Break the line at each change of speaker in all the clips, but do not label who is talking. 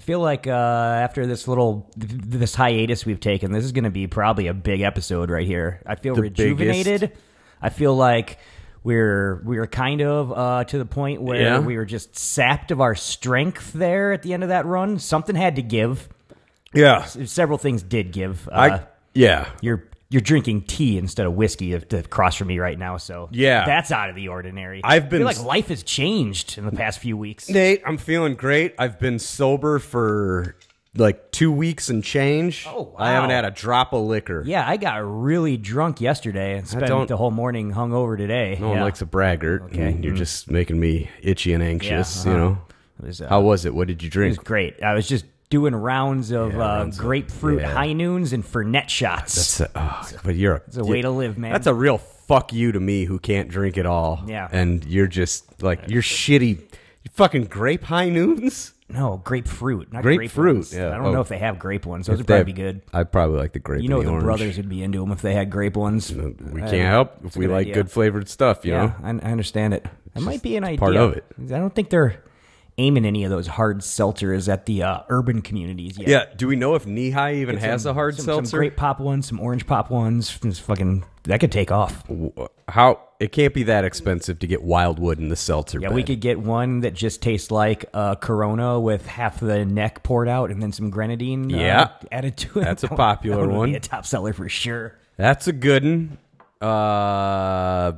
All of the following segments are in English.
feel like uh, after this little th- this hiatus we've taken, this is going to be probably a big episode right here. I feel
The
rejuvenated.
biggest.
I feel like we're we were kind of uh, to the point where
Yeah.
we were just sapped of our strength there at the end of that run. Something had to give.
Yeah.
Several things did give. Uh,
I yeah.
you're you're drinking tea instead of whiskey if- to cross from me right now. So
Yeah.
that's out of the ordinary. I
I've been
feel like
s-
life has changed in the past few weeks.
Nate, I'm feeling great. I've been sober for like 2 weeks and change.
Oh,
I haven't
wow.
had a drop of liquor.
Yeah, I got really drunk yesterday and spent
don't-
the whole morning hungover today.
No
yeah.
one
Mm-hmm.
likes a braggart. Okay. You're just making me itchy and anxious,
uh-huh.
you know.
It was, uh,
How was it? What did you
it was
drink?
great. I was just doing rounds of uh,
rounds of-
grapefruit
yeah.
high noons and fernet shots. That's,
It's a- oh, but you're
a way to live, man.
That's a real fuck you to me who can't drink at all.
Yeah.
And you're just like you're shitty. You fucking grape high noons.
no grapefruit, not
Grapefruit,
Grape ones.
yeah.
I don't
Oh.
know if they have grape ones. Those would probably be good.
I probably like the grape.
You
and
know,
the,
the
orange.
brothers would be into them if they had grape ones.
We can't help if
a
we
good
like
idea.
good flavored stuff. You
Yeah,
know.
I, I understand it. That might be an idea.
part of it.
I don't think they're aiming any of those hard seltzers at the uh, urban communities yet.
Yeah. Do we know if knee high even has
some-
a hard
some,
seltzer?
Some grape pop ones, some orange pop ones. It's fucking that could take off.
W- How it can't be that expensive to get wildwood in the seltzer.
Yeah, we
bed.
could get one that just tastes like a Corona with half the neck poured out and then some grenadine. uh,
Yeah.
added to it.
That's a
That
popular
would be
one.
a top seller for sure.
That's a good one. Uh,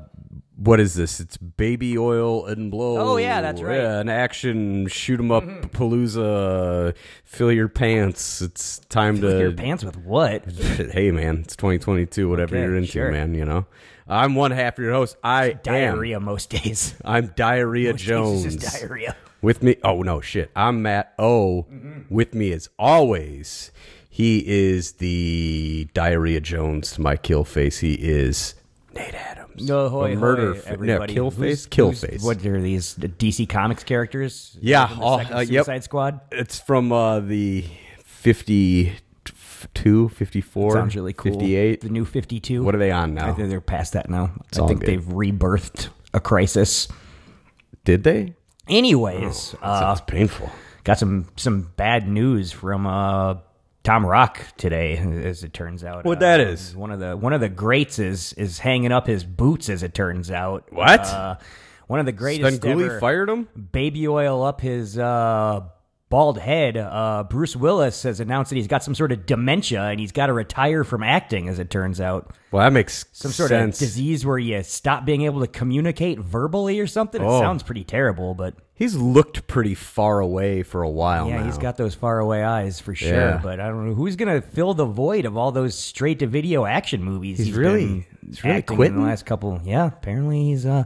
what is this? It's baby oil and blow.
Oh, yeah, that's right. Mm-hmm.
Yeah, an action shoot 'em up palooza. Fill your pants. It's time to.
Your pants with what?
hey man, it's 2022. Whatever
Okay,
you're into,
sure.
man. You know, I'm one half your host. I
Diarrhea most days.
am. I'm Diarrhea Jones.
Jesus, is diarrhea.
With me, oh no, shit. I'm Matt O. With me as always, he is the Diarrhea Jones to my kill face. He is Nate Adams.
No,
A
hoy,
murder
hoy,
fa-
everybody.
No, kill
Who's-
face, kill
who's-
face.
What are these the DC Comics characters?
Yeah,
From the
all-
second
uh, yep.
Suicide Squad.
It's from uh, the 52, 54,
Sounds really cool.
58.
The new Fifty Two.
What are they on
I
now?
think they're past that now. I
all
think
good.
they've rebirthed a crisis.
Did they? Oh,
Anyways, uh,
Sounds painful.
got some some bad news from uh, Tom Rock today, as it turns out.
What
Uh,
that is?
one of the one of the greats is is hanging up his boots, as it turns out.
What?
Uh, one of the greatest
Stenguli
ever-
fired him?
baby oil up his uh, bald head. Uh, Bruce Willis has announced that he's got some sort of dementia and he's got to retire from acting, as it turns out.
Well, that makes
Some sort
sense.
of disease where you stop being able to communicate verbally or something. It
Oh.
sounds pretty terrible, but
He's looked pretty far away for a while
Yeah,
now.
he's got those faraway eyes for sure,
Oh, Yeah.
but I don't know who's gonna fill the void of all those straight to video action movies. He's,
really-
been
he's really
acting in
quitting?
the last couple. Yeah, apparently he's uh,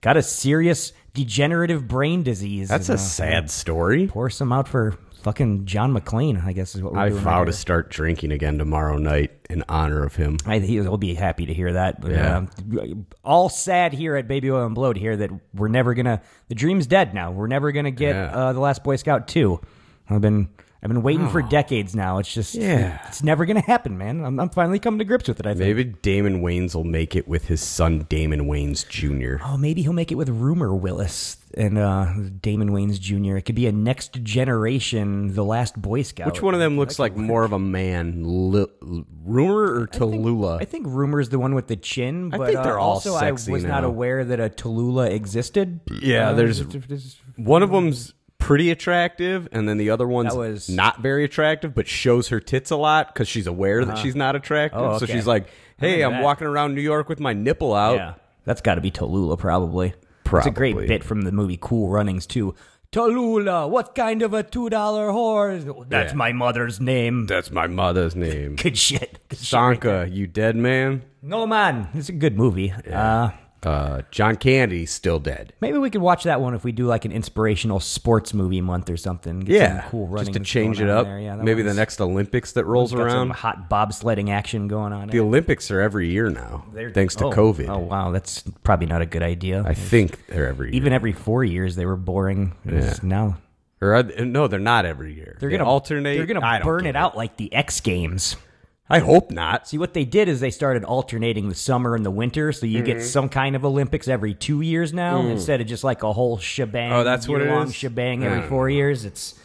got a serious degenerative brain disease.
That's
and,
a
uh,
sad story.
pour some out for fucking John McClane. I guess is what we're
I
doing.
vow
right
to start drinking again tomorrow night in honor of him.
here. I, he'll be happy to hear that. But,
Yeah.
um, all sad here at Baby Oil and Bloat here that we're never gonna. The dream's dead now. We're never gonna get
Yeah.
uh, the Last Boy Scout two. I've been I've been waiting for decades now. It's just
Oh. Yeah.
it's never gonna happen, man. I'm, I'm finally coming to grips with it. I think.
Maybe Damon Waynes will make it with his son Damon Waynes Jr.
Oh, maybe he'll make it with Rumor Willis and uh, Damon Wayans Jr. It could be a next generation, the last Boy Scout.
Which one of them looks like more of a man, Li- Rumor or Tallulah?
I think Rumor's the one with the chin, but
think
uh,
they're all
also
sexy
I was not
now.
aware that a Tallulah existed. Uh,
Yeah, there's- One of them's pretty attractive, and then the other one's
That was-
not very attractive, but shows her tits a lot because she's aware that she's not attractive.
Uh-huh. Oh,
So
okay.
she's like, "Hey,
Remember
I'm
that.
walking around New York with my nipple out."
Yeah, Oh, that's got to be Tallulah, probably. It's a great
Probably.
bit from the movie Cool Runnings too. Tallulah, what kind of a two dollar whore? oh, That's
Yeah.
my mother's name.
That's my mother's name.
Good shit.
Sanka, you dead man?
No man, it's a good movie. Uh,
Uh, John Candy still dead.
maybe we could watch that one if we do like an inspirational sports movie month or something. Get
Yeah,
some cool
just
running
to change it up. Maybe the next Olympics that rolls
got some
around.
hot bobsledding action going on.
The Olympics are every year now,
They're-
thanks to
oh,
COVID.
Oh wow, that's probably not a good idea.
I think they're every year.
Even every four years, they were boring. It was- Now
or uh, no, they're not every year.
they're
They
gonna
alternate.
They're gonna
I don't
burn
get
it out like the X Games.
I hope not.
See, what they did is they started alternating the summer and the winter, so you get some kind of Olympics every two years now instead of just like a whole shebang.
Oh, that's what it
year-long
is? Hmm.
Shebang every four years. It's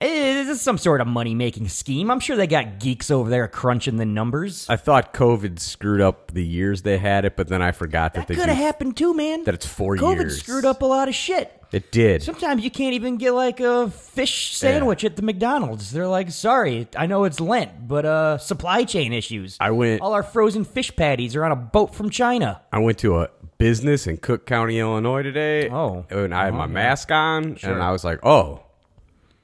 it is some sort of money making scheme. I'm sure they got geeks over there crunching the numbers.
I thought COVID screwed up the years they had it, but then I forgot that,
That
they
could
do,
have happened too, man.
that it's four
COVID
years.
screwed up a lot of shit.
It did.
Sometimes you can't even get like a fish sandwich at the McDonald's. They're like, "Sorry, I know it's Lent, but uh supply chain issues.
I went-
All our frozen fish patties are on a boat from China."
I went to a business in Cook County, Illinois today.
Oh.
and I had my mask on, and I was like, "Oh,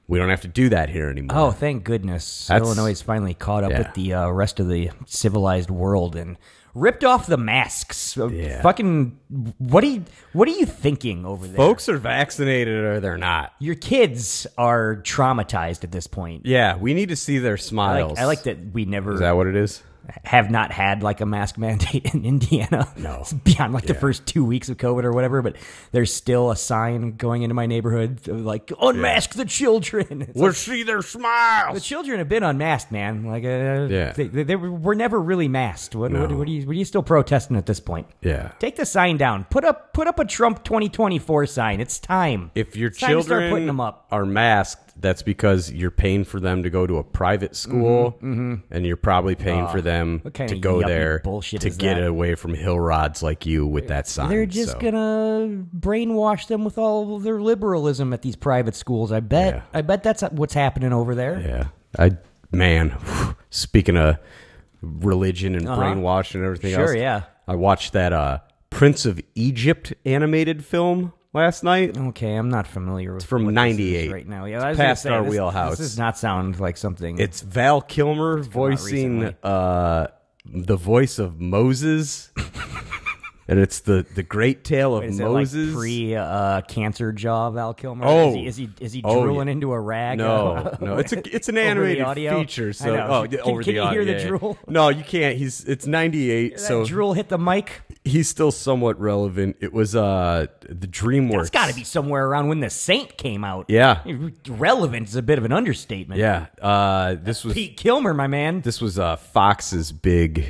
we don't have to do that here anymore."
Oh, thank goodness.
That's-
Illinois is finally caught up
Yeah.
with the uh, rest of the civilized world and ripped off the masks. Uh,
Yeah.
Fucking what are you what are you thinking over there?
Folks are vaccinated or they're not.
Your kids are traumatized at this point.
Yeah, we need to see their
I
smiles.
like, I like that we never
Is that what it is?
have not had like a mask mandate in Indiana.
No.
It's beyond like the first two weeks of COVID or whatever, but there's still a sign going into my neighborhood of, like unmask the children. It's like,
We'll see their
the
smiles.
children have been unmasked, man. Like, uh,
Yeah.
they, they, they were never really masked. What, what,
No.
what, are you, what are you still protesting at this point?
Yeah.
Take the sign down. Put up, put up a Trump 2024 sign. It's time.
If your
It's time to
children
start putting them up.
are masked, that's because you're paying for them to go to a
Mm-hmm,
private school, and you're probably paying for them
kind
to
of
go
yuppie
there
bullshit
to
is
get
that?
away from hill rods like you with that sign.
They're just
so.
gonna brainwash them with all of their liberalism at these private schools. I bet.
Yeah.
I bet that's what's happening over there.
Yeah, I man. Speaking of religion and brainwashing and everything
Uh-huh. Sure,
else,
yeah.
I watched that uh, Prince of Egypt animated film last night.
Okay, I'm not familiar with
from
Oh, what this
'98
is right now. Yeah, I was gonna
past
say,
our
this-
wheelhouse.
This does not sound like something.
It's Val Kilmer voicing uh, the voice of Moses, and it's the the great tale of
is it
Moses.
like pre uh, cancer jaw Val Kilmer?
Oh.
is he is he, is he
Oh, yeah.
drooling into a rag?
no, no, it's a it's an
uh, Over the
animated
audio? I
feature. So
know.
oh,
Can-
yeah, over
can
the
you hear
audio,
the
yeah, yeah.
drool?
No, you can't. He's it's ninety eight,
that
so
drool hit the mic.
he's still somewhat relevant. It was uh the DreamWorks.
It's got to be somewhere around when the Saint came out.
Yeah.
relevant is a bit of an understatement.
yeah. Uh, this was
Pete Kilmer, my man,
this was uh Fox's big.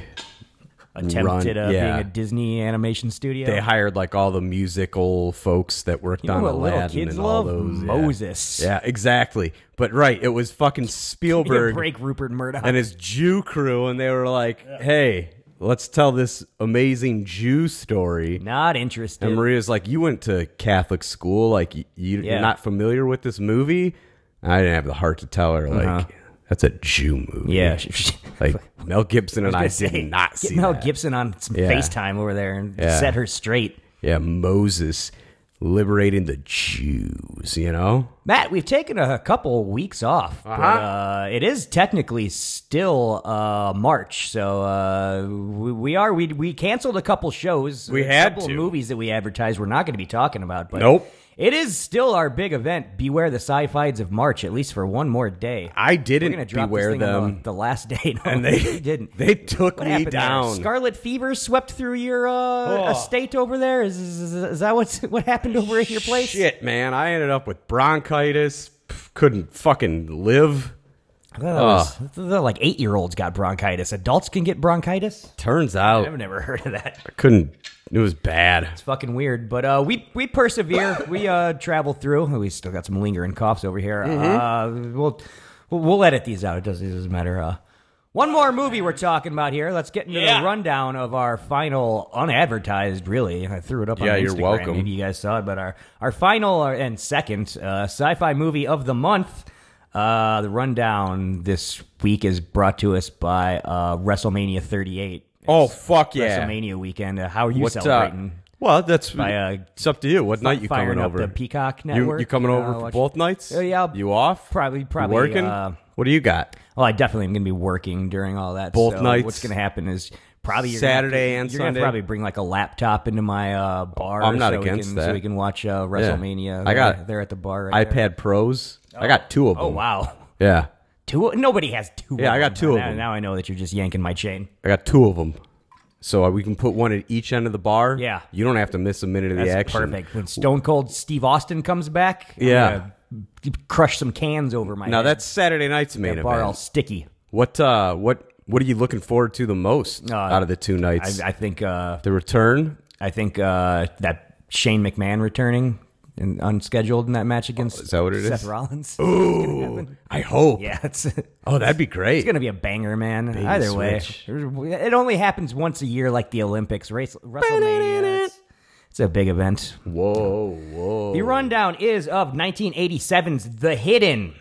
attempted
run-
uh,
yeah.
being a Disney animation studio.
They hired like all the musical folks that worked
you know
on
what little
Aladdin
kids
and
love?
all those. yeah.
Moses.
Yeah, exactly. But right, it was fucking
Give me a
Spielberg
break Rupert Murdoch.
and his Jew crew, and they were like, "Hey, let's tell this amazing Jew story."
Not interested.
And Maria's like, "You went to Catholic school, like you, you,
Yeah.
you're not familiar with this movie." And I didn't have the heart to tell her, like, "That's a Jew movie."
Uh-huh. yeah.
like Mel Gibson and I, did
Say,
not
get
see
Mel
that.
Gibson on some
Yeah.
FaceTime over there and
Yeah.
set her straight.
Yeah, Moses. liberating the Jews, you know?
Matt, we've taken a couple weeks off,
Uh-huh.
but uh, it is technically still uh, March, so uh, we, we are we we canceled a couple shows.
We
a
had
couple
to.
movies that we advertised. We're not going to be talking about, but
Nope.
It is still our big event. Beware the sci-fides of March, at least for one more day.
I
We're going to
didn't
drop this
beware
thing on
them.
the, the last day, No,
and they
we didn't.
They took
What
me
happened there?
down.
Scarlet fever swept through your uh,
Oh.
estate over there. Is, is, is that what's what happened over at your place?
Shit, man! I ended up with bronchitis. Pff, Couldn't fucking live.
I thought that was- I thought like eight year olds got bronchitis. Adults can get bronchitis.
Turns out
I've never heard of that.
I couldn't. It was bad.
It's fucking weird, but uh, we we persevere. we uh, travel through. We still got some lingering coughs over here.
Mm-hmm.
Uh, we'll we'll- we'll edit these out. It doesn't, it doesn't matter. Uh, one more movie we're talking about here. Let's get into
Yeah.
the rundown of our final unadvertised. Really, I threw it up.
Yeah,
on
you're
Instagram.
welcome.
Maybe you guys saw it, but our our final and second uh, sci-fi movie of the month. Uh, the rundown this week is brought to us by uh, WrestleMania 38.
Oh fuck yeah!
WrestleMania weekend. Uh, how are you
What? Uh,
celebrating?
well, that's
By, uh,
it's up to you. What night you
firing
coming
up
over?
the Peacock
you,
network.
you coming
Uh,
over for
watch-
both nights?
Uh, yeah, I'll
You off?
Probably, probably
you working.
Uh,
what do you got?
well, I definitely am going to be working during all that.
Both
so
nights?
What's going to happen is probably you're
Saturday
gonna,
and
you're gonna
Sunday?
probably bring like a laptop into my uh, bar.
I'm not
so we
against
can, So
that.
we can watch uh, WrestleMania.
I got-
there, there at the bar. Right there.
iPad Pros. I got two of them.
Oh wow,
Yeah,
two. Nobody has two.
Yeah,
of
I
them.
got two of
Now-
them.
Now I know that you're just yanking my chain.
I got two of them. So uh, we can put one at each end of the bar.
Yeah.
you don't have to miss a minute of
That's
the action.
perfect. When Stone Cold Steve Austin comes back, I'm
Yeah.
gonna crush some cans over my
Now
head.
that's Saturday night's main
bar
event.
all sticky.
What uh what what are you looking forward to the most
Uh,
out of the two nights?
I, I think. Uh,
the return?
I think uh, that Shane McMahon returning and unscheduled in that match against
Oh, Is that what it is?
Seth Rollins.
Ooh, I hope.
Yeah, it's, it's
Oh, that'd be great.
gonna be a banger, man. Either
switch.
way, it only happens once a year, like the Olympics, race, WrestleMania. It's, it's a big event.
whoa, whoa.
The rundown is of 1987's The Hidden.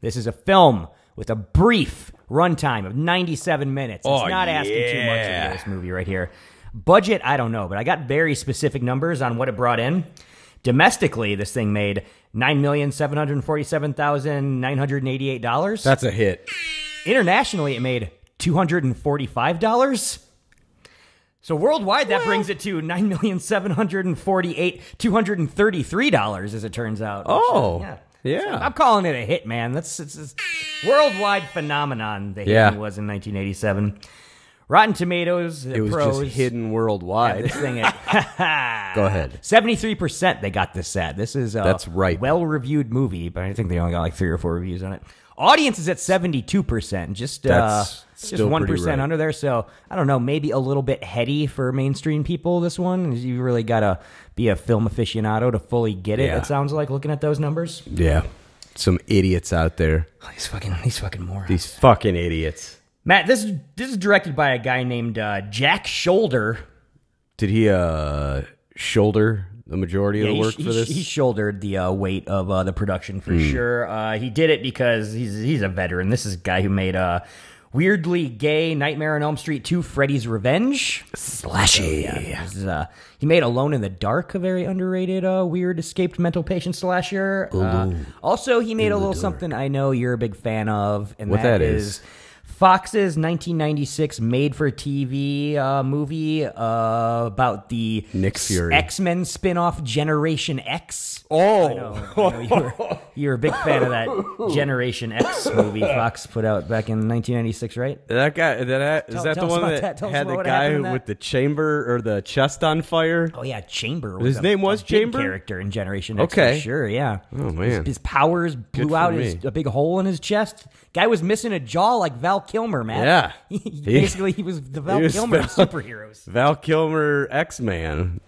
This is a film with a brief runtime of 97 minutes. It's
Oh,
not asking too much
yeah.
of you, this movie right here. Budget, I don't know, but I got very specific numbers on what it brought in. Domestically, this thing made $9,747,988.
That's a hit.
Internationally, it made $245. So worldwide, that brings it to nine million seven hundred and forty-eight two hundred and thirty-three dollars, as it turns out. which, uh,
Oh,
yeah.
yeah.
So I'm calling it a hit, man. That's it's, it's worldwide phenomenon. The
Yeah.
hit was in 1987. Rotten Tomatoes,
It was
pros,
just hidden worldwide.
This thing, at,
Go ahead.
Seventy-three percent they got this set. This is a
That's right.
well-reviewed movie, but I think they only got like three or four reviews on it. Audience is at seventy-two percent, just uh,
That's
just
still
one
pretty
percent
right.
under there. So I don't know, maybe a little bit heady for mainstream people. This one, you really gotta be a film aficionado to fully get it.
Yeah.
It sounds like looking at those numbers.
Yeah. Some idiots out there.
Oh, these fucking these fucking morons.
These fucking idiots.
Matt, this is- this is directed by a guy named uh, Jack Shoulder.
Did he uh shoulder the majority of the
he
work
sh-
for
he sh-
this? Hmm.
He shouldered the uh, weight of uh, the production for sure. Uh, he did it because he's he's a veteran. This is a guy who made uh, weirdly gay Nightmare on Elm Street 2, Freddy's Revenge.
Slashy.
This is, uh, he made Alone in the Dark, a very underrated, uh, weird escaped mental patient slasher. Uh, also, he made a little something I know you're a big fan of, and
What that
that
is?
is. Fox's 1996 made-for-TV uh, movie uh, about the
Nick Fury.
X-Men spin-off Generation X.
Oh,
I know you were, you were a big fan of that Generation X movie Fox put out back in 1996, right?
that guy. That is
Tell-
that
tell
the
us
one
about
that,
that. Tell us
had
about
the
what
guy
happened in that.
with the chamber or the chest on fire?
Oh yeah, Chamber. Was
His
a-
name
a
was
big
Chamber?
character in Generation X.
Okay.
for sure. Yeah.
Oh, man.
his, his powers blew
for
out his,
me.
a big hole in his chest. Guy was missing a jaw like Val Kilmer, man.
Yeah.
He- basically, he was the Val
was
Kilmer of
Val-
superheroes.
Val Kilmer X Man.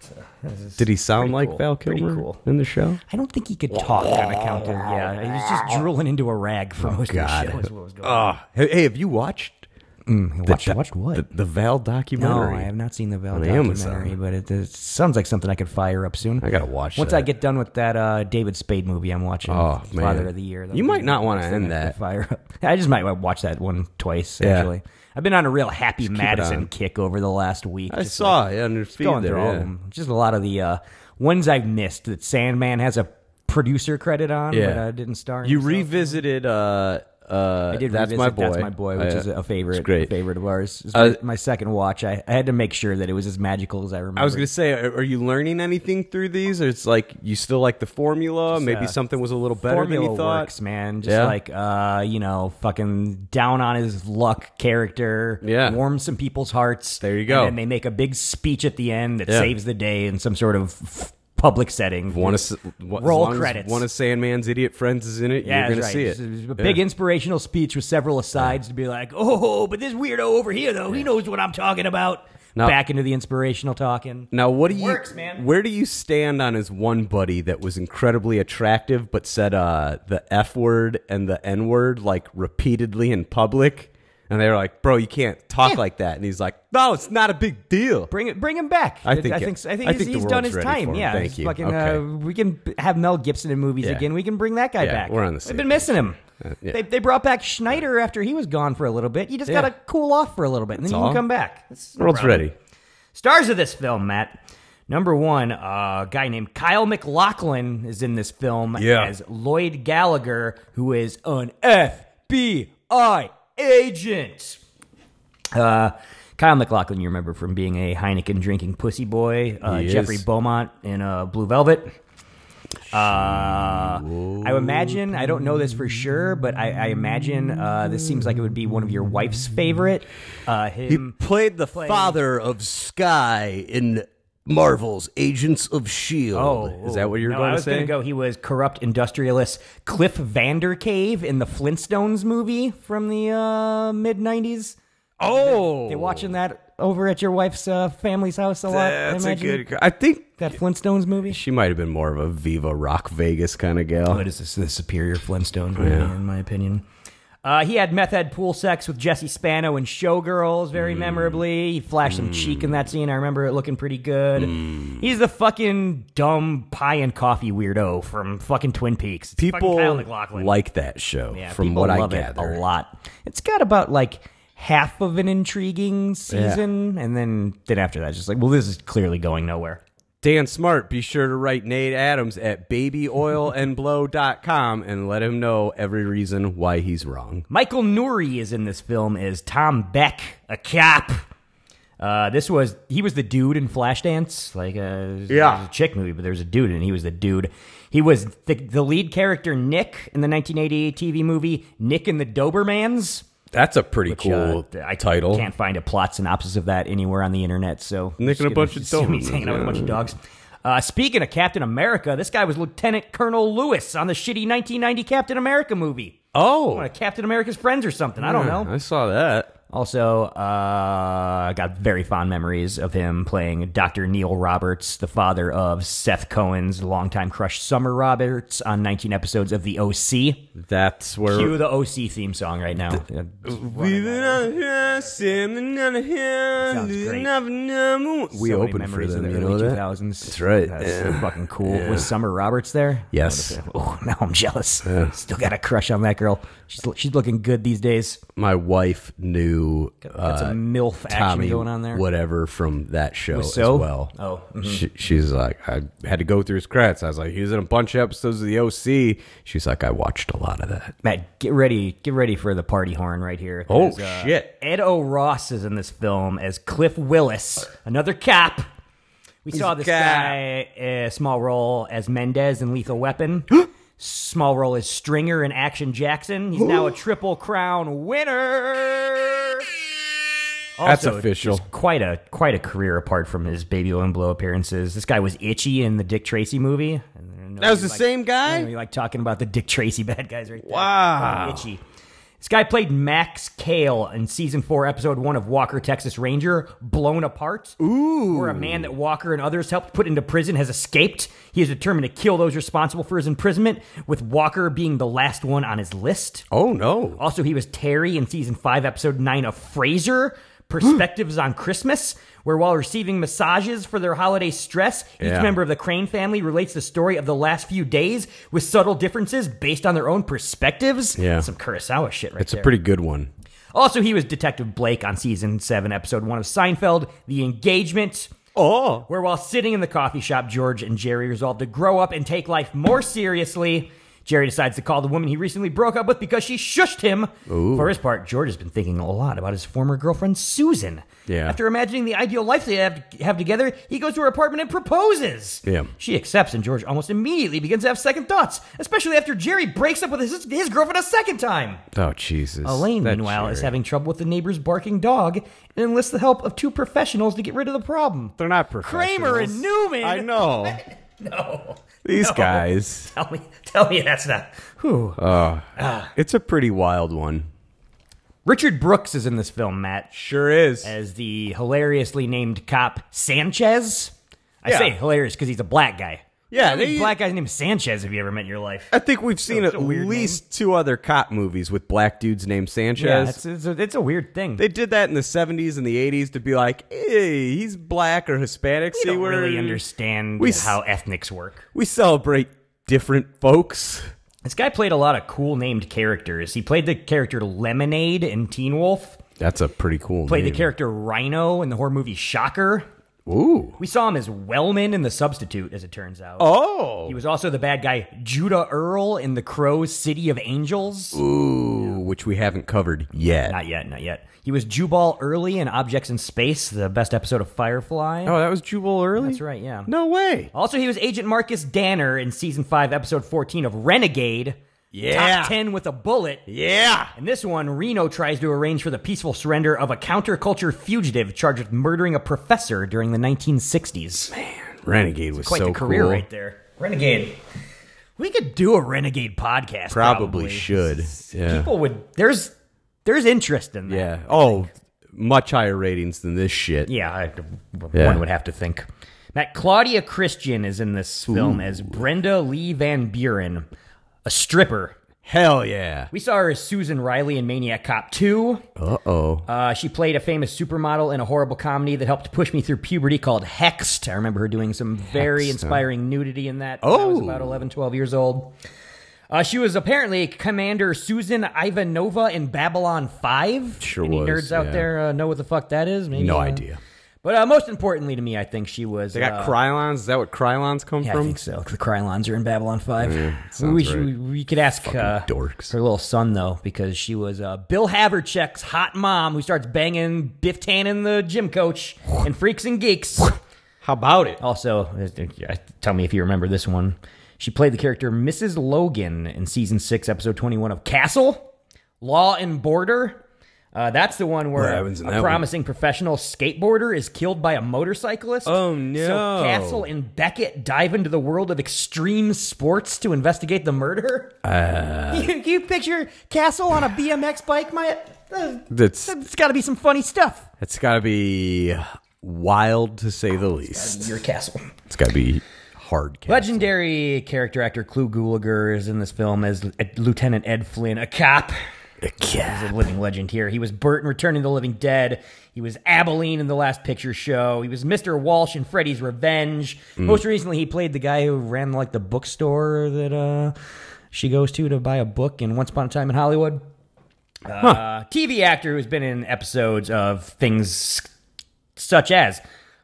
Did he sound like
cool.
Val
Pretty
Kilmer
cool.
in the show?
I don't think he could talk on account of
Oh,
yeah. He was just drooling into a rag for most of the show. Is what was going on.
Ah, hey, hey, have you watched
Watch, watched what?
The, the Val
no,
documentary.
I have not seen the Val
On
documentary,
Amazon.
but it, it sounds like something I could fire up soon.
I gotta watch
Once I
that.
get done with that uh, David Spade movie I'm watching,
Oh, man.
Father of the Year. that'll
You
be
might
the
not wanna
next thing
end
I
that.
could Fire up. I just might watch that one twice.
Yeah.
Actually, I've been on a real Happy
on.
Madison kick over the last week.
I
just
saw it on your feed
going
there.
through all
Yeah.
of them. Just a lot of the uh, ones I've missed that Sandman has a producer credit on, but
Yeah.
uh, didn't star. in,
You
so-
revisited. Uh, uh,
I did
that's
revisit
my boy.
That's my boy, which
I-
is a favorite.
It's great.
favorite of ours. It's
Uh,
my, my second watch. I, I had to make sure that it was as magical as I remember.
I was gonna say, are are you learning anything through these, or it's like you still like the formula? Maybe
uh,
something was a little better
Formula
than you thought.
works, man. Just
Yeah.
like uh, you know, fucking down on his luck character.
Yeah.
warms some people's hearts.
There you go.
And then they make a big speech at the end that
Yeah.
saves the day in some sort of f- public setting.
One of, s- wha- as
Roll
long as
credits.
One of Sandman's idiot friends is in it.
Yeah,
you're gonna
that's
see
right.
it.
It's a big inspirational speech with several asides to be like, oh, but this weirdo over here though, he knows what I'm talking about.
Now-
Back into the inspirational talking.
Now, what do you?
Works, man.
Where do you stand on his one buddy that was incredibly attractive, but said uh, the f word and the n word like repeatedly in public? And they were like, "Bro, you can't talk
Yeah.
like that." And he's like, "No, it's not a big deal."
Bring it, bring him back.
I think
I
it-
think, I think
I
he's,
think the
he's done
world's
his
ready for
time.
him.
yeah,
Thank
it's
you.
Fucking, uh,
Okay.
we can b- have Mel Gibson in movies
Yeah.
again. We can bring that guy
Yeah,
back.
we're on the
I've
same Uh,
been missing him.
yeah.
They, they brought back Schneider after he was gone for a little bit. You just
Yeah.
gotta cool off for a little bit, and then you
all.
can come back. That's no
World's
problem.
ready.
Stars of this film, Matt. Number one, uh, a guy named Kyle McLaughlin is in this film
Yeah.
as Lloyd Gallagher, who is an FBI agent. Uh, Kyle McLaughlin, you remember from being a Heineken drinking pussy boy, uh,
He
Jeffrey
is.
Beaumont in uh, Blue Velvet. Uh, I imagine, I don't know this for sure, but I, I imagine uh, this seems like it would be one of your wife's favorite. Uh, him.
played the father of Sky in Marvel's Agents of Shield. is that what you were
Oh, no,
going
I
to
was
say?
Gonna go. He was corrupt industrialist Cliff Vandercave in the Flintstones movie from the uh, mid '90s.
oh,
They watching that over at your wife's uh, family's house a lot.
that's
I
a
imagine?
good. gr- I think
that Flintstones movie.
she might have been more of a Viva Rock Vegas kind of gal.
But is this the superior Flintstones movie, in my opinion? Uh, he had meth head pool sex with Jesse Spano and Showgirls very
Mm.
memorably. He flashed some cheek in that scene. I remember it looking pretty good.
Mm.
He's the fucking dumb pie and coffee weirdo from fucking Twin Peaks. It's fucking
people
Kyle MacLachlan.
like that show
Yeah,
from
people
what I
love it
gather.
a lot. It's got about like half of an intriguing
Yeah.
season, and then then after that, it's just like, well, this is clearly going nowhere.
Dan Smart, be sure to write Nate Adams at babyoilandblow.com and let him know every reason why he's wrong.
Michael Nouri is in this film as Tom Beck, a cop. Uh, this was he was the dude in Flashdance, like a,
Yeah.
it was a chick movie, but there was a dude and he was the dude. He was the, the lead character Nick in the 1988 TV movie Nick and the Dobermans.
That's a pretty
which,
cool
uh,
title.
Can't find a plot synopsis of that anywhere on the internet. So
Nick and a
just
bunch
gonna
of
assume
dogs,
He's hanging out with a bunch of dogs. Uh, speaking of Captain America, this guy was Lieutenant Colonel Lewis on the shitty 1990 Captain America movie. One
Oh,
of Captain America's friends or something. I don't know.
I saw that.
Also, uh, I got very fond memories of him playing Dr. Neil Roberts, the father of Seth Cohen's longtime crush Summer Roberts, on 19 episodes of The OC.
That's where
Cue the OC theme song right now. great.
We
so many
opened for
memories
them.
in
You
the
know
early
that?
2000s. That's
right.
That's
Yeah.
fucking cool. Was Summer Roberts there?
Yes.
Oh, now I'm jealous. Still got a crush on that girl. She's she's looking good these days.
My wife knew
Got
uh,
some milf action
Tommy
going on there.
whatever from that show
so?
as well.
Oh, mhm.
She, she's like, I had to go through his credits. I was like, he was in a bunch of episodes of the OC. She's like, I watched a lot of that.
Matt, get ready, get ready for the party horn right here.
Oh
There's, uh,
shit!
Ed O. Ross is in this film as Cliff Willis, another cop. We saw
a
this
cop.
guy, uh, small role as Mendez in Lethal Weapon. small role as Stringer in Action Jackson. He's now a Triple Crown winner.
That's
Also,
official.
just Quite a quite a career apart from his Baby Oil and Blow appearances. This guy was itchy in the Dick Tracy movie. And I know
That was
you
the same guy?
I know You like talking about the Dick Tracy bad guys right there.
Wow.
Itchy. This guy played Max Kale in season four, episode one of Walker, Texas Ranger, Blown Apart. Ooh. Where a man that Walker and others helped put into prison has escaped. He is determined to kill those responsible for his imprisonment, with Walker being the last one on his list.
Oh no.
Also, he was Terry in season five, episode nine of Frasier. Perspectives on Christmas, where while receiving massages for their holiday stress, each
Yeah.
member of the Crane family relates the story of the last few days with subtle differences based on their own perspectives.
Yeah.
Some Kurosawa shit right
It's a
there.
pretty good one.
also, he was Detective Blake on season seven, episode one of Seinfeld, The Engagement.
Oh.
Where while sitting in the coffee shop, George and Jerry resolve to grow up and take life more seriously. Jerry decides to call the woman he recently broke up with because she shushed him. For his part, George has been thinking a lot about his former girlfriend, Susan.
Yeah.
After imagining the ideal life they have, have together, he goes to her apartment and proposes.
Yeah.
She accepts, and George almost immediately begins to have second thoughts, especially after Jerry breaks up with his, his girlfriend a second time.
Oh Jesus.
Elaine,
That
meanwhile, is
Jerry.
having trouble with the neighbor's barking dog and enlists the help of two professionals to get rid of the problem.
They're not
Kramer and
professionals.
Newman.
I know.
No.
These guys.
Tell me, tell me that's not. Whew.
It's a pretty wild one.
Richard Brooks is in this film, Matt,
Sure is.
as the hilariously named cop Sanchez. I
Yeah.
say hilarious because he's a black guy.
Yeah,
How many
they-
black guys named Sanchez have you ever met in your life?
I think we've seen
It's
at
a weird
least two other cop movies with black dudes named Sanchez.
Yeah, it's, it's, a, it's a weird thing.
they did that in the 70s and the 80s to be like, hey, he's black or Hispanic.
we
See,
don't
we're-
really understand
we s-
how ethnics work.
We celebrate different folks.
This guy played a lot of cool named characters. He played the character Lemonade in Teen Wolf.
That's a pretty cool
Played the character Rhino in the horror movie Shocker.
Ooh.
We saw him as Wellman in The Substitute, as it turns out.
Oh.
He was also the bad guy Judah Earl in The Crow's City of Angels.
Ooh, which we haven't covered yet.
Not yet, not yet. He was Jubal Early in Objects in Space, the best episode of Firefly.
Oh, that was Jubal early?
That's right, yeah.
No way.
Also, he was Agent Marcus Danner in Season 5, Episode 14 of Renegade.
Yeah.
Top 10 with a bullet.
Yeah.
In this one, Reno tries to arrange for the peaceful surrender of a counterculture fugitive charged with murdering a professor during the 1960s.
Renegade was
quite
so
the career
cool.
right there. Renegade. We could do a renegade podcast.
Probably
Probably,
should. Yeah.
People would. There's there's interest in that.
yeah. Oh, much higher ratings than this shit.
Yeah, I,
Yeah.
One would have to think. Matt Claudia Christian is in this film as Brenda Lee Van Buren, a stripper.
Hell yeah.
We saw her as Susan Riley in Maniac Cop 2.
Uh-oh.
Uh, she played a famous supermodel in a horrible comedy that helped push me through puberty called Hexed. I remember her doing some very inspiring nudity in that. when I was
Oh.
about 11, 12 years old. Uh, she was apparently Commander Susan Ivanova in Babylon 5.
Sure
Any
was,
nerds out
yeah.
there uh, know what the fuck that is? Maybe,
No
uh,
idea.
But uh, most importantly to me, I think she was.
They got
uh,
Krylons. Is that what Krylons come
yeah, I
from?
think so. The Krylons are in Babylon 5.
sounds
we, should-
right.
we, could ask uh,
dorks.
her little son, though, because she was uh, Bill Havercheck's hot mom who starts banging Biff Tannen, the gym coach, and Freaks and Geeks.
How about it?
also, uh, tell me if you remember this one. She played the character Mrs. Logan in season 6, episode 21 of Castle, Law and Border. Uh, that's the one
What
where a,
happens in that one?
promising professional skateboarder is killed by a motorcyclist.
Oh, no.
So Castle and Beckett dive into the world of extreme sports to investigate the murder.
Uh.
you, you picture Castle on a BMX bike, my. Uh,
That's
it's got to be some funny stuff.
that's got to be wild to
Oh,
say the least.
Your castle.
It's got to be hard. Cat.
Legendary character actor Clu Gulager is in this film as Lieutenant Ed Flynn, a cop. He's a living legend here. He was Bert in Returning to the Living Dead. He was Abilene in The Last Picture Show. He was Mr. Walsh in Freddy's Revenge.
Hmm.
Most recently, he played the guy who ran like the bookstore that uh, she goes to to buy a book in Once Upon a Time in Hollywood. Uh, TV actor who's been in episodes of things such as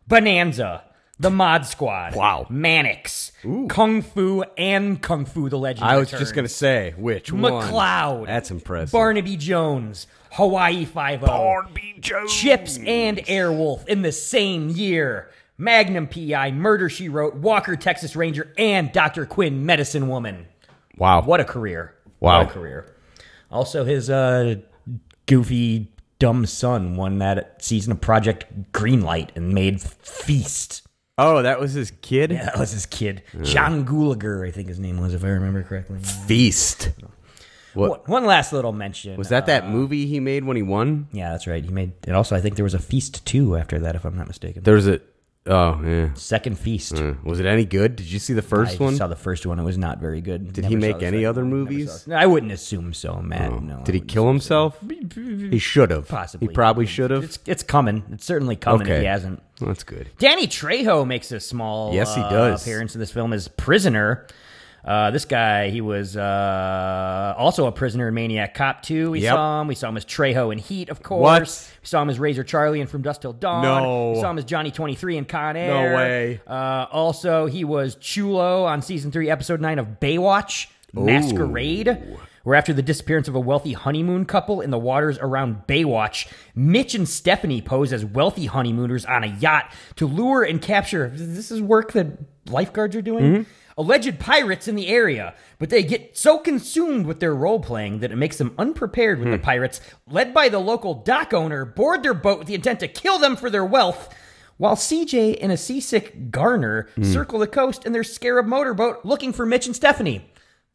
Bonanza, The Mod Squad,
Wow.
Manix, Kung Fu, and Kung Fu: The Legend.
I was
Returns.
just gonna say which one.
McLeod.
That's impressive.
Barnaby Jones, Hawaii Five O,
Barnaby Jones.
Chips and Airwolf in the same year. Magnum PI, Murder She Wrote, Walker Texas Ranger, and Dr. Quinn Medicine Woman.
Wow.
What a career.
Wow.
What a career. Also his uh goofy dumb son won that season of Project Greenlight and made Feast.
Oh, that was his kid.
That was his kid. John Gulager, I think his name was, if I remember correctly.
Feast.
What? One last little mention.
Was that that movie he made when he won?
Yeah, that's right. He made and also I think there was a feast too after that, if I'm not mistaken.
There was a. Oh yeah.
Second feast.
Uh, Was it any good? Did you see the first
I
one?
saw the first one. It was not very good.
Did he make any other movies? Oh.
I wouldn't assume so, man. No.
Did he kill himself? He should have.
Possibly.
He probably should have.
It's it's coming. It's certainly coming if
Okay.
he hasn't.
Well, that's good.
Danny Trejo makes a small
Yes, he
uh,
does.
appearance in this film as prisoner. Uh, this guy, he was uh, also a prisoner in Maniac Cop 2. We
Yep.
saw him. We saw him as Trejo in Heat, of course.
What?
We saw him as Razor Charlie in From Dust Till Dawn.
No.
We saw him as Johnny 23 in Con Air.
way.
Uh, also, he was Chulo on Season 3, Episode 9 of Baywatch, Masquerade. Where after the disappearance of a wealthy honeymoon couple in the waters around Baywatch, Mitch and Stephanie pose as wealthy honeymooners on a yacht to lure and capture. This is work that lifeguards are doing. Alleged pirates in the area, but they get so consumed with their role playing that it makes them unprepared when the pirates, led by the local dock owner, board their boat with the intent to kill them for their wealth. While CJ and a seasick Garner circle the coast in their scarab motorboat looking for Mitch and Stephanie.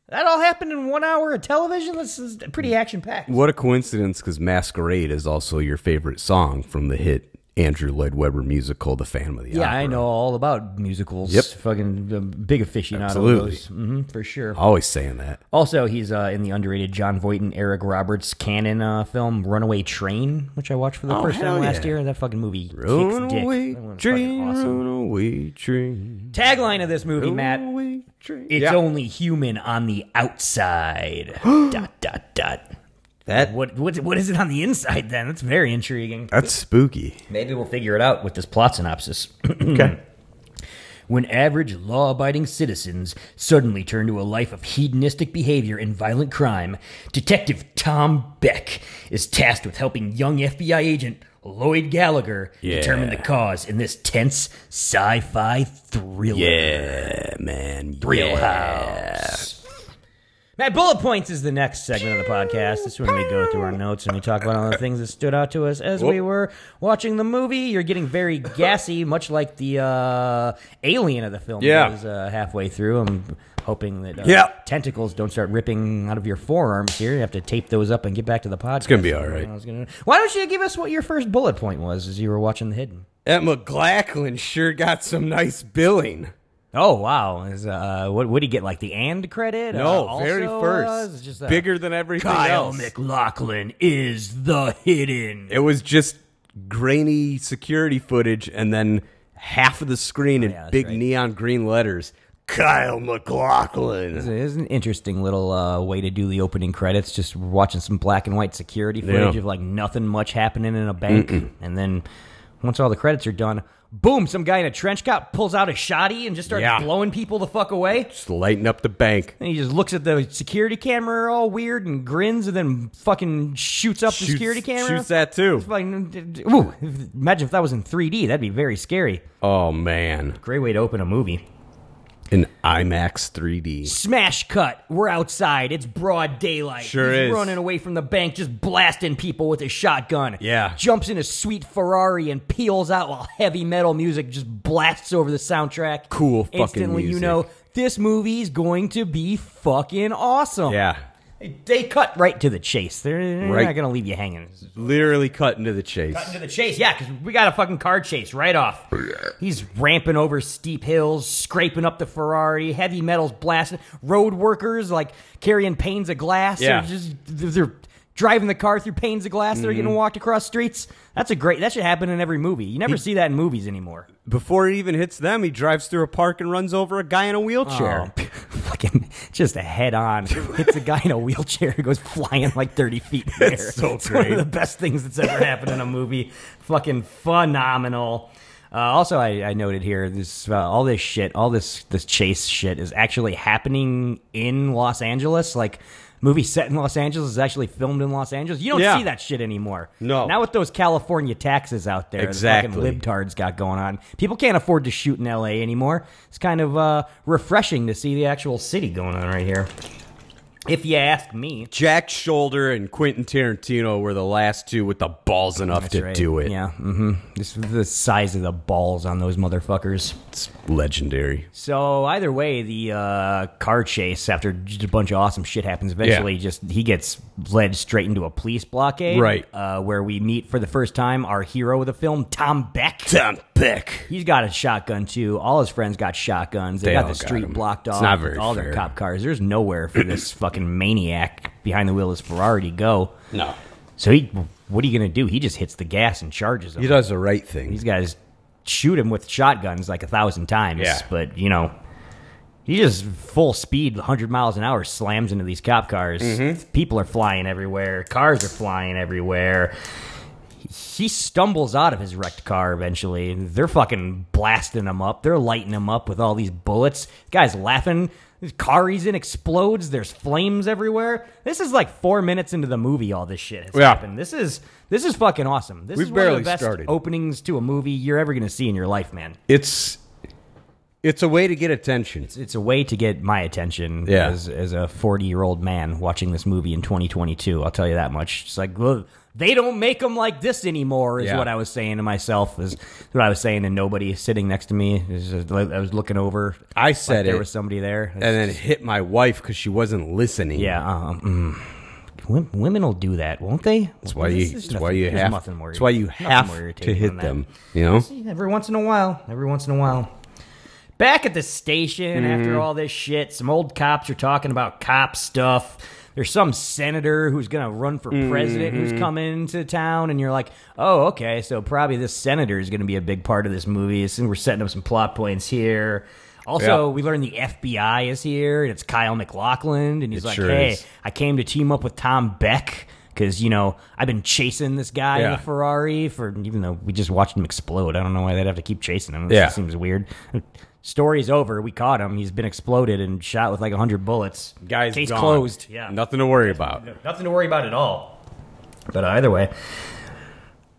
That all happened in one hour of television? This is
Mm.
pretty action packed.
What a coincidence, because Masquerade is also your favorite song from the hit Andrew Lloyd Webber musical, The Phantom of the
Yeah,
Opera.
I know all about musicals.
Yep.
Fucking um, big aficionado. of
Absolutely.
those. Mhm, for sure.
Always saying that.
Also, he's uh, in the underrated John Voight and Eric Roberts canon uh, film Runaway Train, which I watched for the
Oh,
first
hell
time last
yeah.
year. That fucking movie kicks dick.
Runaway
That one's fucking
train,
awesome.
runaway train,
Tagline of this movie, Matt.
runaway train.
It's
Yeah.
only human on the outside. dot dot dot.
That-
what what what is it on the inside then? That's very intriguing.
That's spooky.
Maybe we'll figure it out with this plot synopsis.
Okay.
when average law abiding citizens suddenly turn to a life of hedonistic behavior and violent crime, Detective Tom Beck is tasked with helping young FBI agent Lloyd Gallagher determine the cause in this tense sci fi thriller.
Yeah, man.
Real
yeah.
House. Matt, bullet points is the next segment of the podcast. This is when we go through our notes and we talk about all the things that stood out to us as we
Whoop.
were watching the movie. You're getting very gassy, much like the uh, alien of the film.
Yeah.
that was uh, halfway through. I'm hoping that uh,
Yeah.
tentacles don't start ripping out of your forearms here. You have to tape those up and get back to the podcast. It's
gonna be all right.
Why don't you give us what your first bullet point was as you were watching The Hidden?
That McLachlan sure got some nice billing.
Oh wow! Is uh, what would he get like the and credit?
No,
uh,
very
also,
first.
uh, is it just, uh,
Bigger than everything
Kyle
else.
McLaughlin is the hidden.
it was just grainy security footage and then half of the screen in
Oh, yeah, that's
big
right.
neon green letters. Kyle McLaughlin.
uh, It's an interesting little uh, way to do the opening credits. Just watching some black and white security footage
Yeah.
of like nothing much happening in a bank, and then once all the credits are done, boom! Some guy in a trench coat pulls out a shotty and just starts
Yeah.
blowing people the fuck away.
Just lighting up the bank.
And he just looks at the security camera all weird and grins, and then fucking shoots up the
Shoots-
security camera.
Shoots that too.
Like, ooh, imagine if that was in 3D. That'd be very scary.
Oh man.
Great way to open a movie.
An IMAX 3D.
Smash cut. We're outside. It's broad daylight.
Sure
He's
is.
running away from the bank, just blasting people with his shotgun.
Yeah.
Jumps in a sweet Ferrari and peels out while heavy metal music just blasts over the soundtrack.
Cool fucking
Instantly, you
music.
know this movie's going to be fucking awesome.
Yeah.
They cut right to the chase. They're, they're
Right.
not gonna leave you hanging.
Literally cutting to the chase.
Cutting to the chase, yeah, because we got a fucking car chase right off. He's ramping over steep hills, scraping up the Ferrari, heavy metals blasting, road workers like carrying panes of glass.
Yeah.
Or just, they're driving the car through panes of glass. They're getting walked across streets. That's a great, that should happen in every movie. You never see that in movies anymore.
Before it even hits them, he drives through a park and runs over a guy in a wheelchair.
Oh, fucking just a head on hits a guy in a wheelchair who goes flying like 30 feet in the air.
It's so
it's one
great.
of the best things that's ever happened in a movie. Fucking phenomenal. Uh, also, I, I noted here this uh, all this shit, all this this chase shit is actually happening in Los Angeles. Like, movie set in Los Angeles is actually filmed in Los Angeles. You don't
Yeah.
see that shit anymore.
No.
now with those California taxes out there, the
Exactly.
fucking libtards got going on. People can't afford to shoot in L.A. anymore. It's kind of uh, refreshing to see the actual city going on right here. If you ask me.
Jack Shoulder and Quentin Tarantino were the last two with the balls enough to
Right.
do it.
Yeah. Mm-hmm. This is the size of the balls on those motherfuckers.
It's legendary.
So either way, the uh, car chase after just a bunch of awesome shit happens. Eventually, just he gets led straight into a police blockade,
Right.
Uh, where we meet for the first time our hero of the film, Tom Beck.
Tom Peck.
He's got a shotgun too. All his friends got shotguns. They,
They
got
all
the
got
street
'em.
blocked
It's
off.
not
with
very
all their
fair.
cop cars. There's nowhere for this fucking maniac behind the wheel of his Ferrari to go.
No.
So he, what are you gonna do? He just hits the gas and charges him.
He does the right thing.
These guys shoot him with shotguns like a thousand times.
Yeah.
But, you know, he just full speed, 100 miles an hour, slams into these cop cars.
Mm-hmm.
People are flying everywhere. Cars are flying everywhere. He stumbles out of his wrecked car eventually. They're fucking blasting him up. They're lighting him up with all these bullets. guy's laughing. His car he's in explodes. There's flames everywhere. This is like four minutes into the movie. All this shit has
Yeah.
happened. This is this is fucking awesome. This
We've
is one of the
barely
best
started.
openings to a movie you're ever going to see in your life, man.
It's it's a way to get attention.
It's a way to get my attention
Yeah.
as, as a 40 year old man watching this movie in 2022. I'll tell you that much. It's like, well, they don't make them like this anymore, is
Yeah.
what I was saying to myself, is what I was saying to nobody sitting next to me. It's just like I was looking over.
I
like
said
there
it
was somebody there.
and then hit my wife because she wasn't listening.
yeah. Um, mm. Wom- Women will do that, won't they?
That's why you, that's why you have,
Nothing more,
that's why you
nothing
have
more
to
irritating
hit
than that.
them. You know?
Every once in a while. Every once in a while. Back at the station after
Mm-hmm.
all this shit, some old cops are talking about cop stuff. There's some senator who's going to run for president
Mm-hmm.
who's coming to town, and you're like, oh, okay, so probably this senator is going to be a big part of this movie. And we're setting up some plot points here. Also,
Yeah.
we learn the FBI is here, and it's Kyle McLaughlin, and he's
It
like,
sure
hey,
is.
I came to team up with Tom Beck because you know I've been chasing this guy in
Yeah.
the Ferrari for even though we just watched him explode. I don't know why they'd have to keep chasing him. It
Yeah.
seems weird. Story's over. We caught him. He's been exploded and shot with like hundred bullets.
Guys,
case
gone.
closed. Yeah,
Nothing to worry about.
nothing to worry about at all. But either way,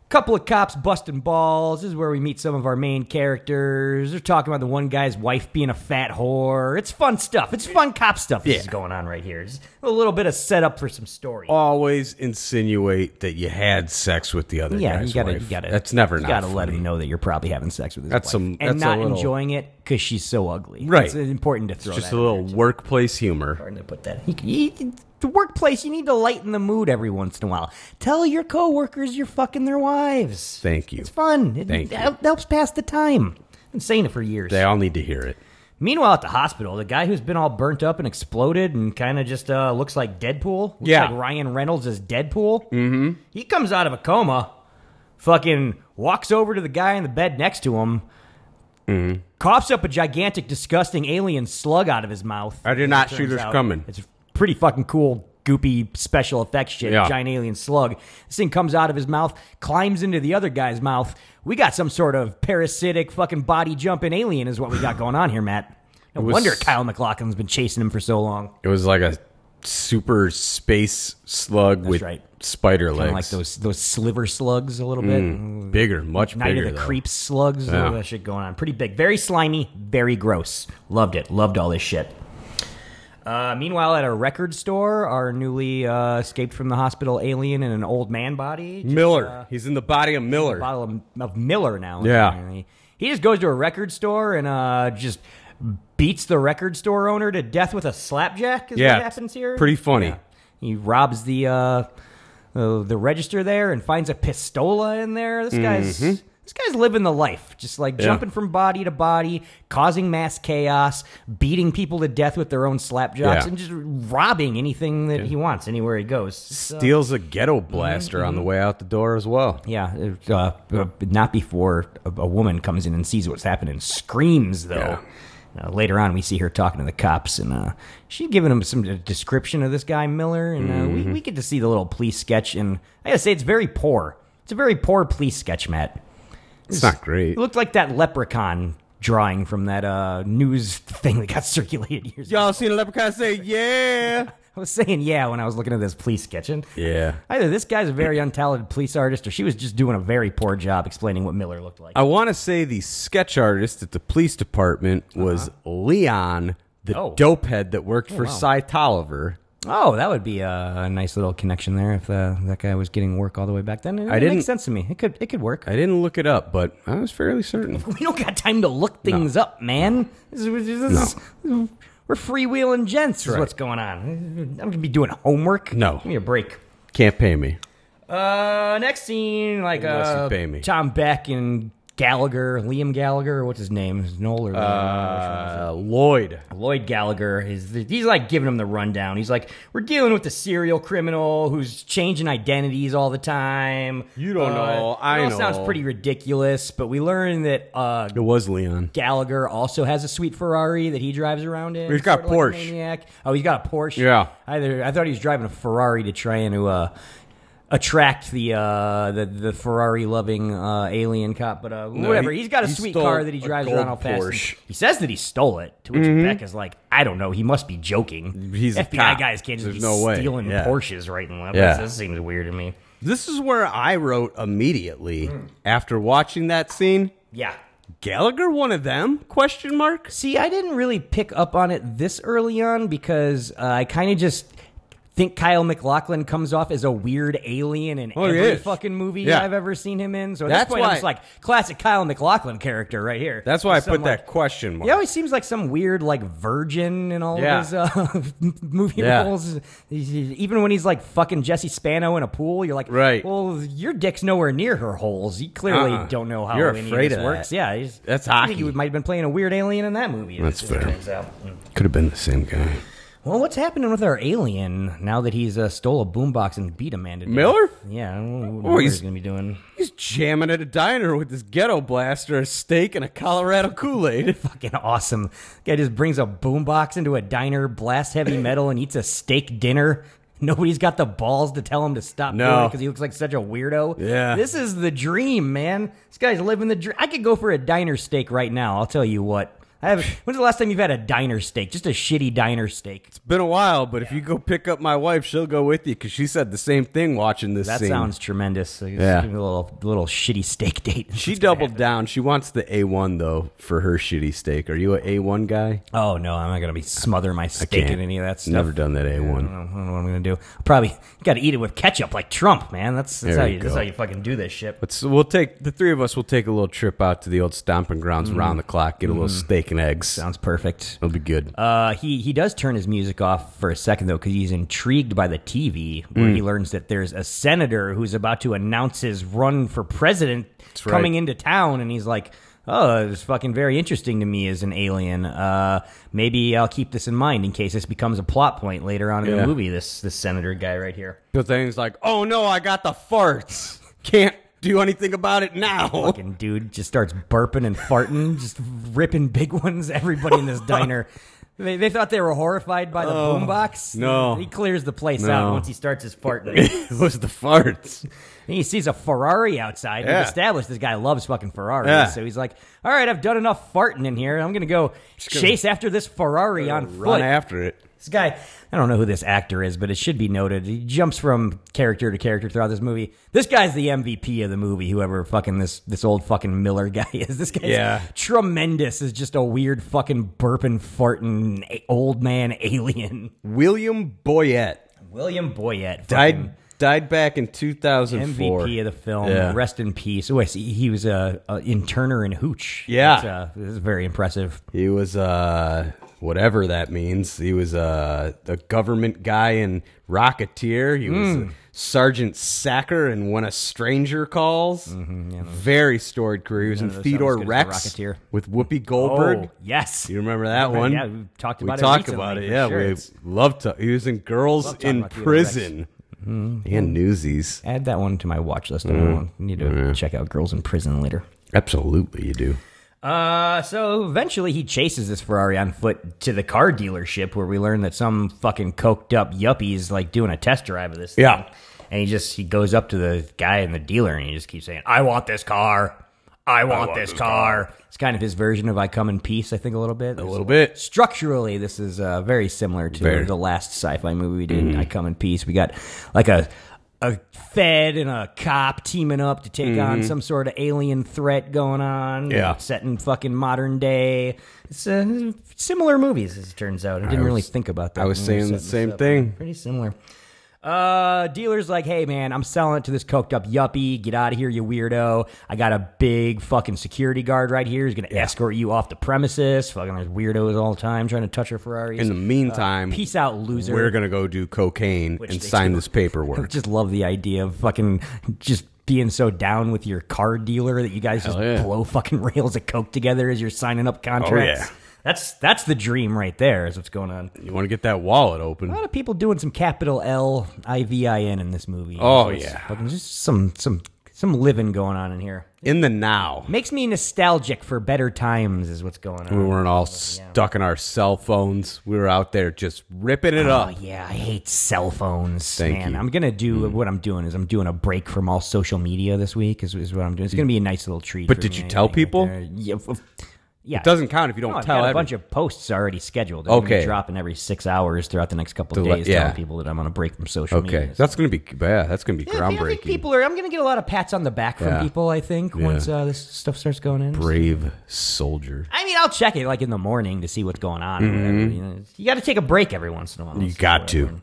couple of cops busting balls. This is where we meet some of our main characters. They're talking about the one guy's wife being a fat whore. It's fun stuff. It's fun cop stuff. This is going on right here. It's a little bit of setup for some story.
Always insinuate that you had sex with the other
yeah,
guy's
you gotta,
wife.
you gotta.
that's never
You
not
gotta let
funny.
him know that you're probably having sex with his
That's
wife
some-
and
that's a
not
little-
enjoying it because she's so ugly.
Right.
it's important to throw
Just
that
a
in
little workplace humor.
important to put that. You, you, the workplace, you need to lighten the mood every once in a while. Tell your coworkers you're fucking their wives.
Thank you.
It's fun. It
Thank you.
hel- helps pass the time. Been saying it for years.
They all need to hear it.
Meanwhile, at the hospital, the guy who's been all burnt up and exploded and kind of just uh, looks like Deadpool. Looks
Yeah.
like Ryan Reynolds as Deadpool. Mm-hmm. He comes out of a coma, fucking walks over to the guy in the bed next to him,
Mm-hmm.
coughs up a gigantic, disgusting alien slug out of his mouth.
I did not
Turns
see this
out
coming.
It's pretty fucking cool, goopy special effects shit.
Yeah.
Giant alien slug. This thing comes out of his mouth, climbs into the other guy's mouth. We got some sort of parasitic fucking body jumping alien, is what we got going on here, Matt. No
was-
wonder Kyle McLaughlin's been chasing him for so long.
It was like a super space slug with
right.
spider
Kinda
legs. Mm.
like those those sliver slugs a little bit. Mm.
bigger, much
Night
bigger.
of the
though.
Creeps slugs, all that shit going on. Pretty big, very slimy, very gross. Loved it. Loved all this shit. Uh, meanwhile, at a record store, our newly uh, escaped from the hospital alien in an old man body, just
Miller. He's in the body of Miller.
a bottle of, of Miller now.
Yeah.
apparently. he just goes to a record store and uh, just beats the record store owner to death with a slapjack. Is
yeah,
what happens here?
Pretty funny.
He robs the uh, uh, the register there and finds a pistola in there. This guy's this guy's living the life, just like jumping from body to body, causing mass chaos, beating people to death with their own slapjacks,
Yeah.
and just robbing anything that he wants anywhere he goes.
Steals a ghetto
mm-hmm,
blaster on the way out the door as well.
Yeah, it, uh, uh, not before a, a woman comes in and sees what's happening. Screams though. Uh, later on, we see her talking to the cops, and uh, she's giving him some description of this guy Miller, and uh, we, we get to see the little police sketch. And I gotta say, it's very poor. It's a very poor police sketch, Matt.
It's not great.
It looked like that leprechaun drawing from that uh, news thing that got circulated years. ago.
Y'all seen a leprechaun say, yeah.
I was saying yeah when I was looking at this police sketch, and
Yeah.
either this guy's a very untalented police artist, or she was just doing a very poor job explaining what Miller looked like.
I want to say the sketch artist at the police department was Leon, the
Uh-huh. Oh.
dopehead that worked for Cy Tolliver.
Oh, that would be a nice little connection there. If uh, that guy was getting work all the way back then, it,
I
it
didn't-
makes sense to me. It could it could work.
I didn't look it up, but I was fairly certain.
we don't got time to look things up, man. This is, this is- we're freewheeling gents. Is what's going on? I'm gonna be doing homework.
No.
give me a break.
Can't pay me.
Uh, next scene, like
Unless you
uh,
pay me.
Tom Beck and Gallagher, Liam Gallagher. What's his name? Is it Noel or Liam?
Uh, Lloyd.
Lloyd Gallagher is he's like giving him the rundown. He's like, we're dealing with a serial criminal who's changing identities all the time.
You don't know.
it
I
all
know.
sounds pretty ridiculous, but we learn that uh,
It was Leon.
Gallagher also has a sweet Ferrari that he drives around in.
He's got
sorta like a
Porsche.
maniac. oh, he's got a Porsche.
Yeah.
Either I thought he was driving a Ferrari to try and to uh, attract the uh, the the Ferrari loving uh, alien cop, but uh, whatever.
he-
He, has got a
he
sweet
stole
car that he
a
drives
gold
around all fast. and
Porsche. Mm-hmm.
He says that he stole it, to which Beck is like, I don't know. He must be joking.
He's a
FBI
cop.
guys can't just
There's
be
no way.
stealing
Yeah.
Porsches right and left.
Yeah.
This seems weird to me.
This is where I wrote immediately
Hmm.
after watching that scene.
Yeah.
Gallagher, one of them? Question mark.
See, I didn't really pick up on it this early on because uh, I kind of just think Kyle McLaughlin comes off as a weird alien in
Oh, he
every
is.
fucking movie
Yeah.
I've ever seen him in. So at
That's
this point, I'm
why-
just like classic Kyle McLaughlin character right here.
That's why I
Just some,
put
like-
that question mark.
He always seems like some weird like virgin in all
Yeah.
of his uh, movie
Yeah.
roles. He's- he's- Even when he's like fucking Jesse Spano in a pool, you're like,
Right.
Well, your dick's nowhere near her holes. You clearly
Uh-uh.
don't know how
You're
any
afraid
of this
of
works.
that.
Yeah, he's,
That's
I think he
hockey.
might have been playing a weird alien in that movie.
That's
As it
fair.
turns out. Mm.
Could have been the same guy.
Well, what's happening with our alien now that he's uh, stole a boombox and beat a man to death?
Miller?
Yeah, I don't know what Miller's
Oh, he's-
gonna be doing.
He's jamming at a diner with this ghetto blaster, a steak, and a Colorado Kool Aid.
fucking awesome. Guy just brings a boombox into a diner, blasts heavy metal, and eats a steak dinner. Nobody's got the balls to tell him to stop
No.
doing it because he looks like such a weirdo.
Yeah.
This is the dream, man. This guy's living the dream. I could go for a diner steak right now. I'll tell you what. I have, when's the last time you've had a diner steak? Just a shitty diner steak.
Been a while, but if you go pick up my wife, she'll go with you because she said the same thing watching this
That
scene.
sounds tremendous.
Yeah.
Give me a little, little shitty steak date.
She doubled down. She wants the A1 though for her shitty steak. Are you a A1 guy?
Oh no, I'm not gonna be smothering my steak in any of that stuff.
Never done that
I
A1.
don't know what I'm gonna do. Probably got to eat it with ketchup like Trump, man. That's that's
There
how
you
you that's
go.
how you fucking do this shit.
Let's we'll take the three of us will take a little trip out to the old stomping grounds around the clock, get a little steak and eggs.
Sounds perfect.
It'll be good.
Uh, he he does turn his music off for a second though because he's intrigued by the TV where
Hmm.
he learns that there's a senator who's about to announce his run for president
right.
coming into town, and he's like. Oh, it's fucking very interesting to me as an alien. Uh, maybe I'll keep this in mind in case this becomes a plot point later on in
Yeah.
the movie. This this senator guy right here.
But then he's like, "Oh no, I got the farts. Can't do anything about it now."
fucking dude just starts burping and farting, just ripping big ones. Everybody in this diner. They, they thought they were horrified by the boombox.
Oh, no.
He clears the place
No.
out once he starts his farting.
it was the farts.
And he sees a Ferrari outside.
Yeah.
We've established this guy loves fucking Ferraris.
Yeah.
So he's like, all right, I've done enough farting in here. I'm going to go
gonna-
chase after this Ferrari on
Run
foot.
after it.
This guy, I don't know who this actor is, but it should be noted. He jumps from character to character throughout this movie. This guy's the MVP of the movie, whoever fucking this this old fucking Miller guy is. This guy's
Yeah.
tremendous is just a weird fucking burping farting a- old man alien.
William Boyette
William Boyette. fucking
died died back in 2004.
MVP of the film.
Yeah.
Rest in peace. Oh, I see. He was a, a interner in Hooch.
Yeah.
That's, uh, this is very impressive.
He was uh whatever that means. He was uh the government guy in Rocketeer. He
Hmm.
was Sergeant Sacker in When a Stranger Calls.
Mm-hmm,
Very storied career. He was in
of those
Theodore
sound as good
Rex
as The Rocketeer.
with Whoopi Goldberg.
Oh, yes.
You remember that one?
Yeah, we talked about it
we talk
recently,
about it.
for
Yeah,
sure.
we
It's-
love to. He was in Girls
talking
in
about Theodore Rex. Mm-hmm.
Prison and Newsies.
Add that one to my watch list. I don't need to check out Girls in Prison later.
Absolutely, you do.
Uh, so eventually he chases this Ferrari on foot to the car dealership where we learn that some fucking coked up yuppie is like doing a test drive of this thing.
Yeah.
And he just he goes up to the guy in the dealer and he just keeps saying, I want this car. I want, this, car. It's kind of his version of I Come in Peace, I think, a little bit.
A little bit.
Structurally, this is uh, very similar to
Very. Mm-hmm.
the last sci fi movie we did, I Come in Peace. We got like a a Fed and a cop teaming up to take on some sort of alien threat going on.
Mm-hmm. Yeah.
set in fucking modern day. It's uh, similar movies, as it turns out. I didn't really
was-
think about that.
I was
when we were
saying the
setting
same
this up.
thing.
Pretty similar. Uh, dealer's like, hey man, I'm selling it to this coked up yuppie. Get out of here, you weirdo. I got a big fucking security guard right here. He's gonna escort you off the premises. Fucking there's weirdos all the time trying to touch your Ferraris.
In the meantime,
Peace out, loser.
we're gonna go do cocaine and
they
sign
do.
this
I
paperwork.
just love the idea of fucking just being so down with your car dealer that you guys just
yeah. Oh,
blow fucking rails of coke together as you're signing up contracts.
yeah.
That's that's the dream right there. Is what's going on.
you want to get that wallet open?
A lot of people doing some capital L I V I N in this movie.
Oh,
it's
yeah.
fucking just some some some living going on in here.
In the now,
Makes me nostalgic for better times. Is what's going on.
we weren't all stuck in our cell phones. We were out there just ripping it
Oh
up.
yeah, I hate cell phones,
Thank
man.
you. Mm.
I'm gonna do what I'm doing is I'm doing a break from all social media this week. Is, is what I'm doing. It's gonna be a nice little treat.
But
for
did
me,
you
I
tell
think, right
people?
there. yeah, f- yeah.
It doesn't count if you don't
No, I've
tell
got a
everyone.
bunch of posts already scheduled. I'm gonna be
Okay.
dropping every six hours throughout the next couple
To
of
let-
days,
yeah.
telling people that I'm on a break from social media.
okay, that's gonna be yeah, that's gonna be
Yeah, I think
groundbreaking.
people are. I'm gonna get a lot of pats on the back from
Yeah.
people. I think once uh, this stuff starts going in.
Brave soldier.
I mean, I'll check it like in the morning to see what's going on. or whatever, You, know. You got to take a break every once in a while.
Mm-hmm. You got to.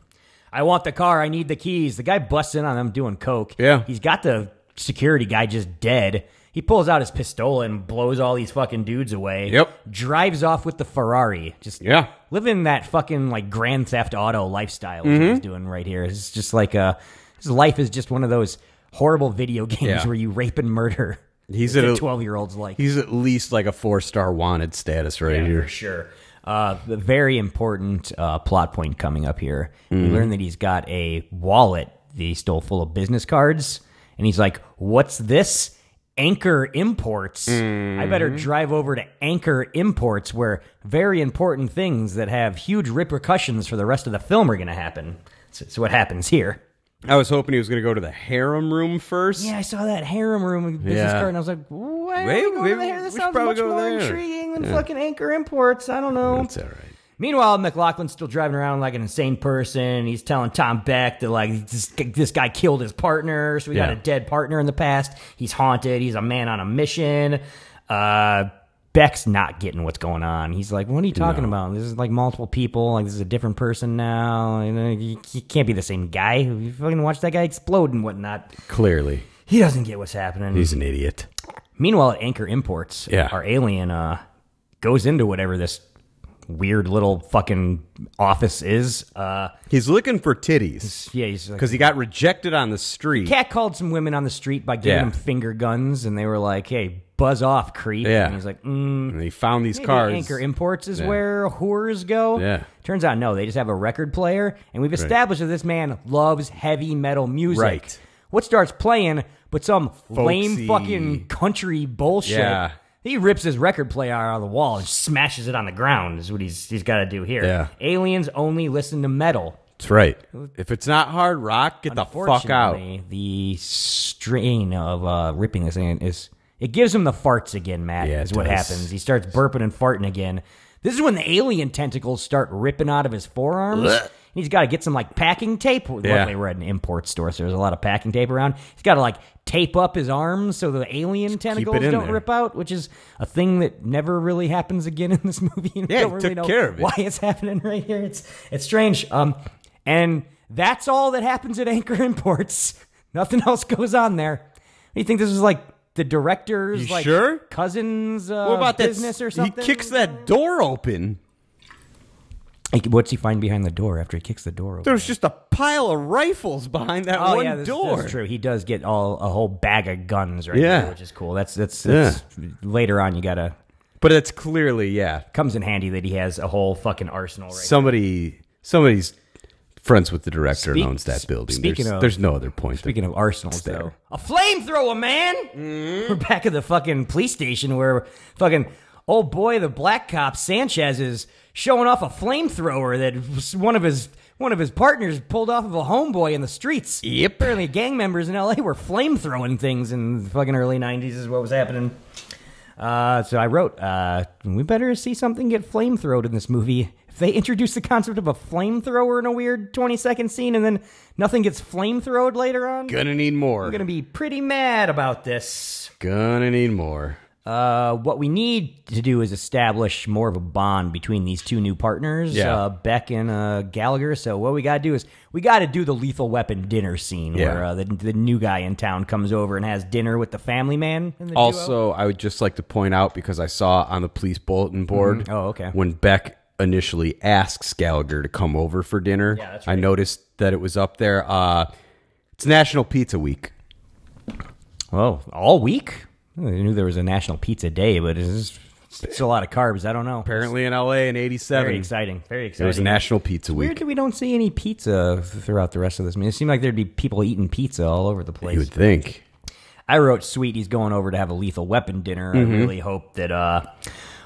I want the car. I need the keys. The guy busts in on them doing coke.
Yeah.
He's got the security guy just dead. He pulls out his pistol and blows all these fucking dudes away.
Yep.
Drives off with the Ferrari. Just
Yeah.
living that fucking like Grand Theft Auto lifestyle is
Mm-hmm.
what he's doing right here. It's just like uh his life is just one of those horrible video games
Yeah.
where you rape and murder.
He's
That's
at
what
a-
twelve year olds like
He's at least like a four star wanted status right
for
here.
sure. Uh, the very important uh, plot point coming up here. We learn that he's got a wallet that he stole full of business cards, and he's like, "What's this?" Anchor Imports. I better drive over to Anchor Imports, where very important things that have huge repercussions for the rest of the film are going to happen. So, so what happens here?
I was hoping he was gonna go to the harem room first.
Yeah, I saw that harem room business
Yeah.
card, and I was like, "Why are
Maybe-
we going to the
maybe
harem? This
we should
sounds
probably
much
go
more
there."
intriguing than fucking Anchor Imports." I don't know.
That's all right.
Meanwhile, McLaughlin's still driving around like an insane person. He's telling Tom Beck that like this, this guy killed his partner, so we got
Yeah.
a dead partner in the past. He's haunted. He's a man on a mission. Uh, Beck's not getting what's going on. He's like, "What are you talking about? This is like multiple people. Like this is a different person now. And, uh, You you can't be the same guy. You fucking watch that guy explode and whatnot."
Clearly,
He doesn't get what's happening.
he's an idiot.
Meanwhile, at Anchor Imports,
Yeah.
our alien uh, goes into whatever this weird little fucking office is. Uh,
He's looking for titties
yeah, he's like,
because he got rejected on the street.
cat called some women on the street by giving
Yeah.
them finger guns, and they were like, "Hey, buzz off, creep."
Yeah.
and he's like, mm,
And he found these
maybe
cars.
Anchor Imports is where whores go."
Yeah.
Turns out, no, they just have a record player, and we've established that this man loves heavy metal music.
Right.
What starts playing but some lame
Folksy.
fucking country bullshit?
Yeah.
He rips his record player out of the wall and smashes it on the ground. Is what he's he's got to do here.
Yeah.
Aliens only listen to metal.
That's right. If it's not hard rock, get the fuck out.
Fortunately, The strain of uh, ripping this in is it gives him the farts again, Matt.
Yeah, it
is what
does.
happens. He starts burping and farting again. This is when the alien tentacles start ripping out of his forearms.
Blech.
And He's got to get some like packing tape. Luckily, we're at an import store, so there's a lot of packing tape around. He's got to like tape up his arms so the alien tentacles
in
don't
there.
rip out, which is a thing that never really happens again in this movie. And we
Yeah, he
don't really
took
know
care of it.
why it's happening right here. It's it's strange. Um, and that's all that happens at Anchor Imports. Nothing else goes on there. You think this was like the director's
You
like
sure?
cousins uh,
What about that?
business or something?
He kicks that door open.
He- What's he find behind the door after he kicks the door open?
There's just a pile of rifles behind that one
Oh yeah, that's,
door.
that's true. He does get all a whole bag of guns right
Yeah.
there, which is cool. That's that's,
Yeah.
that's later on. You gotta
But it's clearly, yeah,
comes in handy that he has a whole fucking arsenal right
somebody, somebody's friends with the director
Speak-
and owns that building.
speaking
there's,
of-
there's no other point.
Speaking of arsenals,
there.
though, a flamethrower, man. We're back at the fucking police station where fucking oh boy, the black cop Sanchez is showing off a flamethrower that was one of his one of his partners pulled off of a homeboy in the streets.
Yep.
Apparently, gang members in L.A. were flamethrowing things in the fucking early '90s. Is what was happening. Uh, so I wrote, uh, we better see something get flamethrowed in this movie. If They introduce the concept of a flamethrower in a weird 20 second scene, and then nothing gets flamethrowed later on.
Gonna need more.
I'm gonna be pretty mad about this.
Gonna need more.
Uh, what we need to do is establish more of a bond between these two new partners,
Yeah.
uh, Beck and uh, Gallagher. So what we got to do is we got to do the Lethal Weapon dinner scene
Yeah.
where uh, the, the new guy in town comes over and has dinner with the family man. And the duo.
Also, I would just like to point out because I saw on the police bulletin board.
Mhm. Oh, okay.
When Beck initially asks Gallagher to come over for dinner,
Yeah, that's
I noticed that it was up there. Uh, it's National Pizza Week.
oh, all week. I knew there was a National Pizza Day, but it's, it's a lot of carbs. I don't know.
Apparently in LA in '87,
Very
it
exciting. Very exciting.
was National Pizza Week.
Weird that we don't see any pizza throughout the rest of this. I mean, it seemed like there'd be people eating pizza all over the place.
You would think.
I wrote Sweetie's going over to have a lethal weapon dinner. I really hope that uh,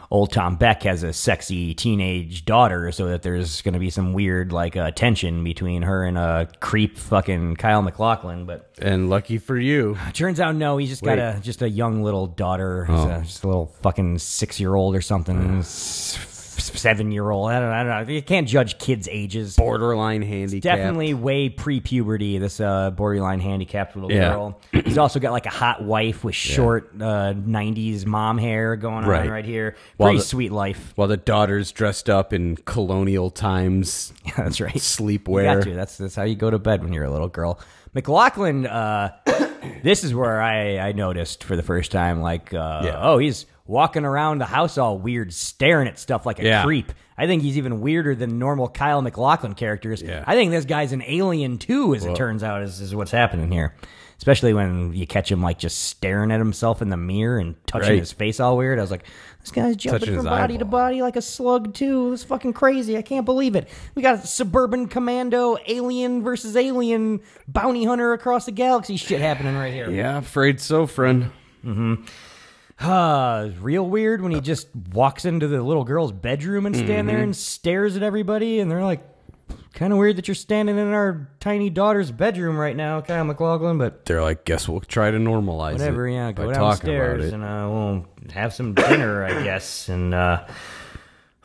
old Tom Beck has a sexy teenage daughter so that there's going to be some weird like uh, tension between her and uh, creep fucking Kyle McLaughlin. But
And lucky for you,
it turns out no, he's just got a just a young little daughter, He's, uh, just a little fucking six year old or something. Seven year old. I don't, I don't know. You can't judge kids' ages.
borderline handicap.
Definitely way pre puberty, this uh, borderline handicapped little
Yeah.
girl. He's also got like a hot wife with short uh, 90s mom hair going on
Right.
right here. Pretty
While the-
sweet life.
While the daughter's dressed up in colonial times
That's right. You
sleepwear.
got to. That's, that's how you go to bed when you're a little girl. McLaughlin, uh, this is where I, I noticed for the first time, like, uh,
Yeah.
oh, he's walking around the house all weird, staring at stuff like a
Yeah.
creep. I think he's even weirder than normal Kyle McLaughlin characters.
Yeah.
I think this guy's an alien too, as it turns out, is, is what's happening here. Especially when you catch him like just staring at himself in the mirror and touching
Right.
his face all weird. I was like, this guy's jumping
Touching
from
his
body to
eyeball.
body like a slug too. This is fucking crazy. I can't believe it. We got suburban commando, alien versus alien, bounty hunter across the galaxy shit happening right here.
Yeah, afraid so, friend.
Uh, real weird when he just walks into the little girl's bedroom and stand there and stares at everybody, and they're like, kind of weird that you're standing in our tiny daughter's bedroom right now, Kyle McLaughlin, but
They're like, guess we'll try to normalize
whatever,
it.
yeah, go
by talking about
downstairs
it.
and uh, we'll have some dinner, I guess, and uh.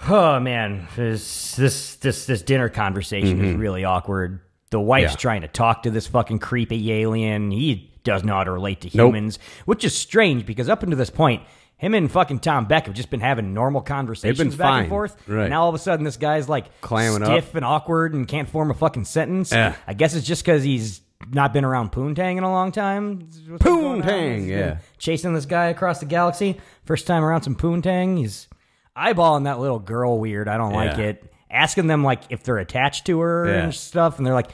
Oh man, this this this this dinner conversation is really awkward. The wife's
Mm-hmm. Yeah.
trying to talk to this fucking creepy alien. He does not relate to
Nope.
humans, which is strange because up until this point, him and fucking Tom Beck have just been having normal conversations back and
fine.
forth.
Right.
Now all of a sudden, this guy's like
Clamming up.
stiff and awkward and can't form a fucking sentence.
Yeah.
I guess it's just because he's not been around Poontang in a long time. Is what's been going on.
Poontang,
He's been
yeah.
chasing this guy across the galaxy. First time around some Poontang, he's eyeballing that little girl weird. I don't like
Yeah.
it. Asking them like if they're attached to her
Yeah.
and stuff, and they're like,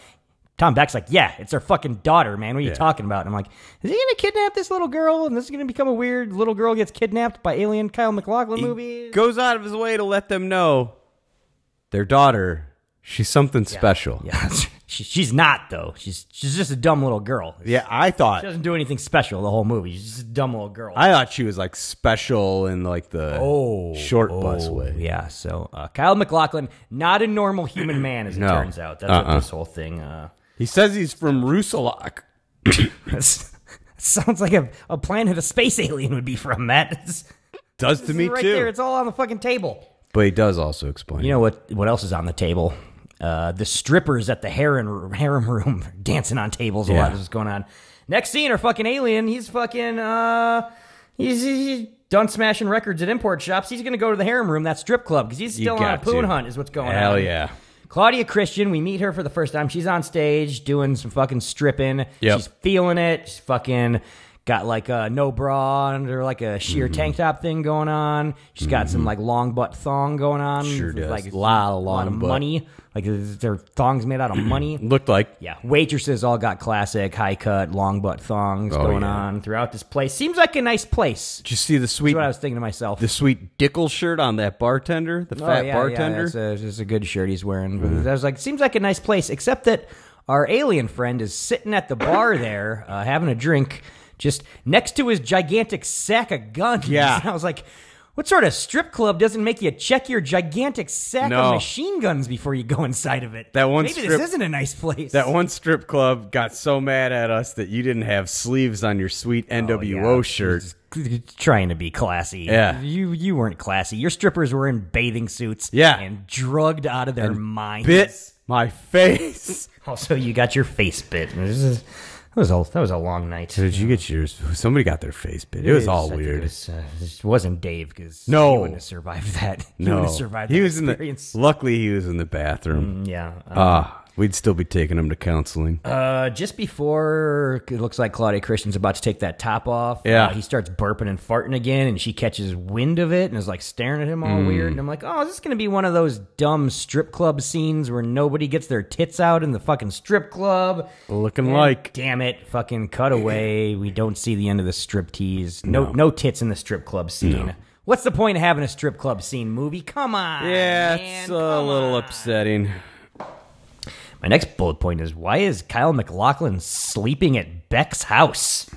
Tom Beck's like, yeah, it's our fucking daughter, man. What are you
Yeah.
talking about? And I'm like, is he gonna kidnap this little girl? And this is gonna become a weird little girl gets kidnapped by alien Kyle McLaughlin movie.
Goes out of his way to let them know their daughter, she's something special. Yeah.
Yeah, she, she's not though. She's she's just a dumb little girl.
I
She
thought
doesn't do anything special the whole movie. She's just a dumb little girl.
I thought she was like special in like the
Oh,
short bus
oh,
way.
Yeah, so uh, Kyle McLaughlin, not a normal human man, as it
No.
turns out. That's what
Uh-uh.
this whole thing. Uh,
He says he's from Rusalok.
sounds like a, a planet a space alien would be from. That It's-
Does to me
right
too.
there. It's all on the fucking table.
But he does also explain.
You know what? What else is on the table? Uh, the strippers at the harem, harem room are dancing on tables. A
Yeah.
lot is what's going on. Next scene, our fucking alien. He's fucking. Uh, he's, he's done smashing records at import shops. He's gonna go to the harem room, that strip club, because he's still on a
got
poon
to.
hunt. Is what's going on.
Hell yeah.
Claudia Christian, we meet her for the first time. She's on stage doing some fucking stripping.
Yep.
She's feeling it. She's fucking got like a no bra under like a sheer
Mm-hmm.
tank top thing going on. She's got some like long butt thong going on.
Sure
With,
does.
Like a
Lot
lot of
of long butt.
money. Like their thongs made out of money.
Looked like
Yeah, waitresses all got classic high cut long butt thongs
Oh,
going
yeah.
on throughout this place. Seems like a nice place.
Did you see the sweet
That's what I was thinking to myself.
the sweet Dickel shirt on that bartender? The fat bartender?
Oh, that's a, that's a good shirt he's wearing. But I was like, seems like a nice place, except that our alien friend is sitting at the bar there, uh, having a drink, just next to his gigantic sack of guns.
Yeah.
And I was like, What sort of strip club doesn't make you check your gigantic sack
No.
of machine guns before you go inside of it?
That one
Maybe
strip-
this isn't a nice place.
That one strip club got so mad at us that you didn't have sleeves on your sweet
Oh,
NWO shirt.
Just Trying to be classy.
Yeah.
You you weren't classy. Your strippers were in bathing suits.
Yeah.
And drugged out of their minds.
Bit my face.
Also, you got your face bit. This is- that was a that was a long night.
Did you get yours? Somebody got their face bit. It was all
I think It
weird.
was, uh, this wasn't Dave because
No.
he wouldn't have survived that. He
No,
wouldn't have survived.
he
that
was in the.
experience.
Luckily, he was in the bathroom.
Yeah. Uh,
Ah, we'd still be taking him to counseling.
Uh, just before it looks like Claudia Christian's about to take that top off,
Yeah.
uh, he starts burping and farting again, and she catches wind of it and is like staring at him all weird.
Mm.
And I'm like, oh, is this gonna be one of those dumb strip club scenes where nobody gets their tits out in the fucking strip club?
Looking like
Damn it, fucking cutaway. We don't see the end of the strip tease. No, no, tits in the strip club scene. What's the point of having a strip club scene movie? Come on.
yeah,
Ah, man,
it's
come
a little
on.
upsetting.
My next bullet point is why is Kyle McLaughlin sleeping at Beck's house?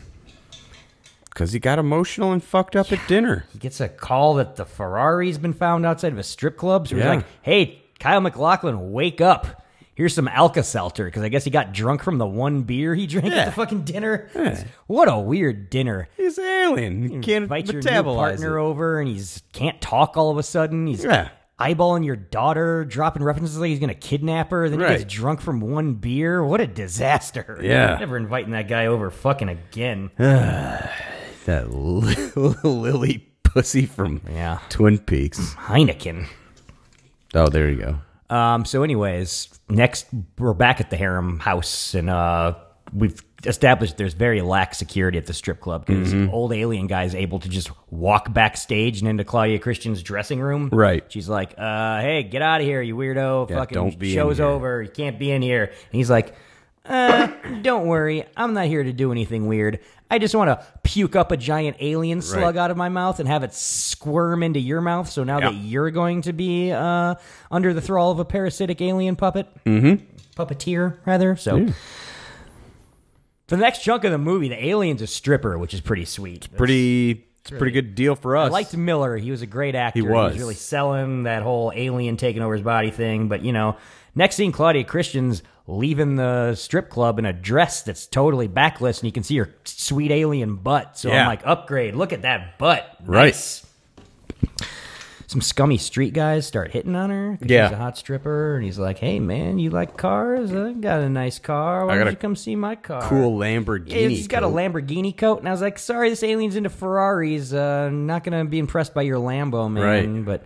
Cause he got emotional and fucked up at dinner.
He gets a call that the Ferrari's been found outside of a strip club. So he's
Yeah.
like, hey, Kyle McLaughlin, wake up. Here's some Alka Seltzer, because I guess he got drunk from the one beer he drank at
Yeah.
the fucking dinner. What a weird dinner.
He's an alien. He can't
Hmm. invite your new
metabolize
partner
it.
over and he's can't talk all of a sudden. He's
Yeah.
eyeballing your daughter, dropping references like he's gonna kidnap her, then he
Right.
gets drunk from one beer. What a disaster.
Yeah.
Never inviting that guy over fucking again.
That li- lily pussy from
Yeah.
Twin Peaks.
Heineken.
Oh, there you go.
Um, so, anyways, next we're back at the harem house, and uh, we've established there's very lax security at the strip club because
Mm-hmm.
old alien guy is able to just walk backstage and into Claudia Christian's dressing room.
Right.
She's like, uh, "Hey, get out of here, you weirdo!
Yeah,
Fucking
don't be in
show's
here."
over. You can't be in here." And he's like. Uh, don't worry. I'm not here to do anything weird. I just want to puke up a giant alien slug out of my mouth and have it squirm into your mouth. So now
Yeah.
that you're going to be uh, under the thrall of a parasitic alien puppet, puppeteer rather. So. For the next chunk of the movie, the alien's a stripper, which is pretty sweet.
Pretty. It's a pretty good deal for us.
I liked Miller. He was a great actor.
He was.
really selling that whole alien taking over his body thing. But, you know, next scene, Claudia Christian's leaving the strip club in a dress that's totally backless, and you can see her sweet alien butt. So I'm
Yeah.
like, upgrade. Look at that butt.
Right.
Nice. Some scummy street guys start hitting on her. 'cause
Yeah.
She's a hot stripper, and he's like, hey, man, you like cars? I got a nice car. Why
I got
don't
a
you come see my car?
cool Lamborghini.
Yeah, he's got a
coat.
Lamborghini coat, and I was like, "Sorry, this alien's into Ferraris. Uh, not gonna be impressed by your Lambo, man."
Right.
But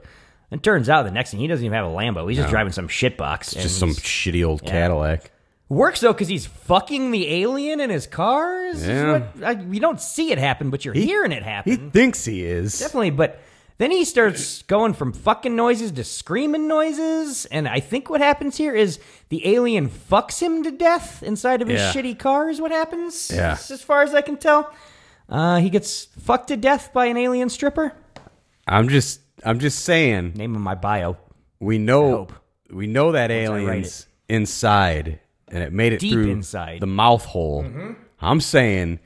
it turns out the next thing he doesn't even have a Lambo. He's just driving some shitbox. and
just some shitty old Cadillac.
works though because he's fucking the alien in his cars. This is
Yeah.
what- I- you don't see it happen, but you're hearing it happen.
He thinks he is.
Definitely, but then he starts going from fucking noises to screaming noises, and I think what happens here is the alien fucks him to death inside of his
Yeah.
shitty car. Is what happens.
Yeah.
as far as I can tell, uh, he gets fucked to death by an alien stripper.
I'm just. I'm just saying.
Name of my bio.
We know.
hope.
We know that
I write
aliens inside, and it made it
Deep
through
inside. Mm-hmm.
the mouth hole. I'm saying,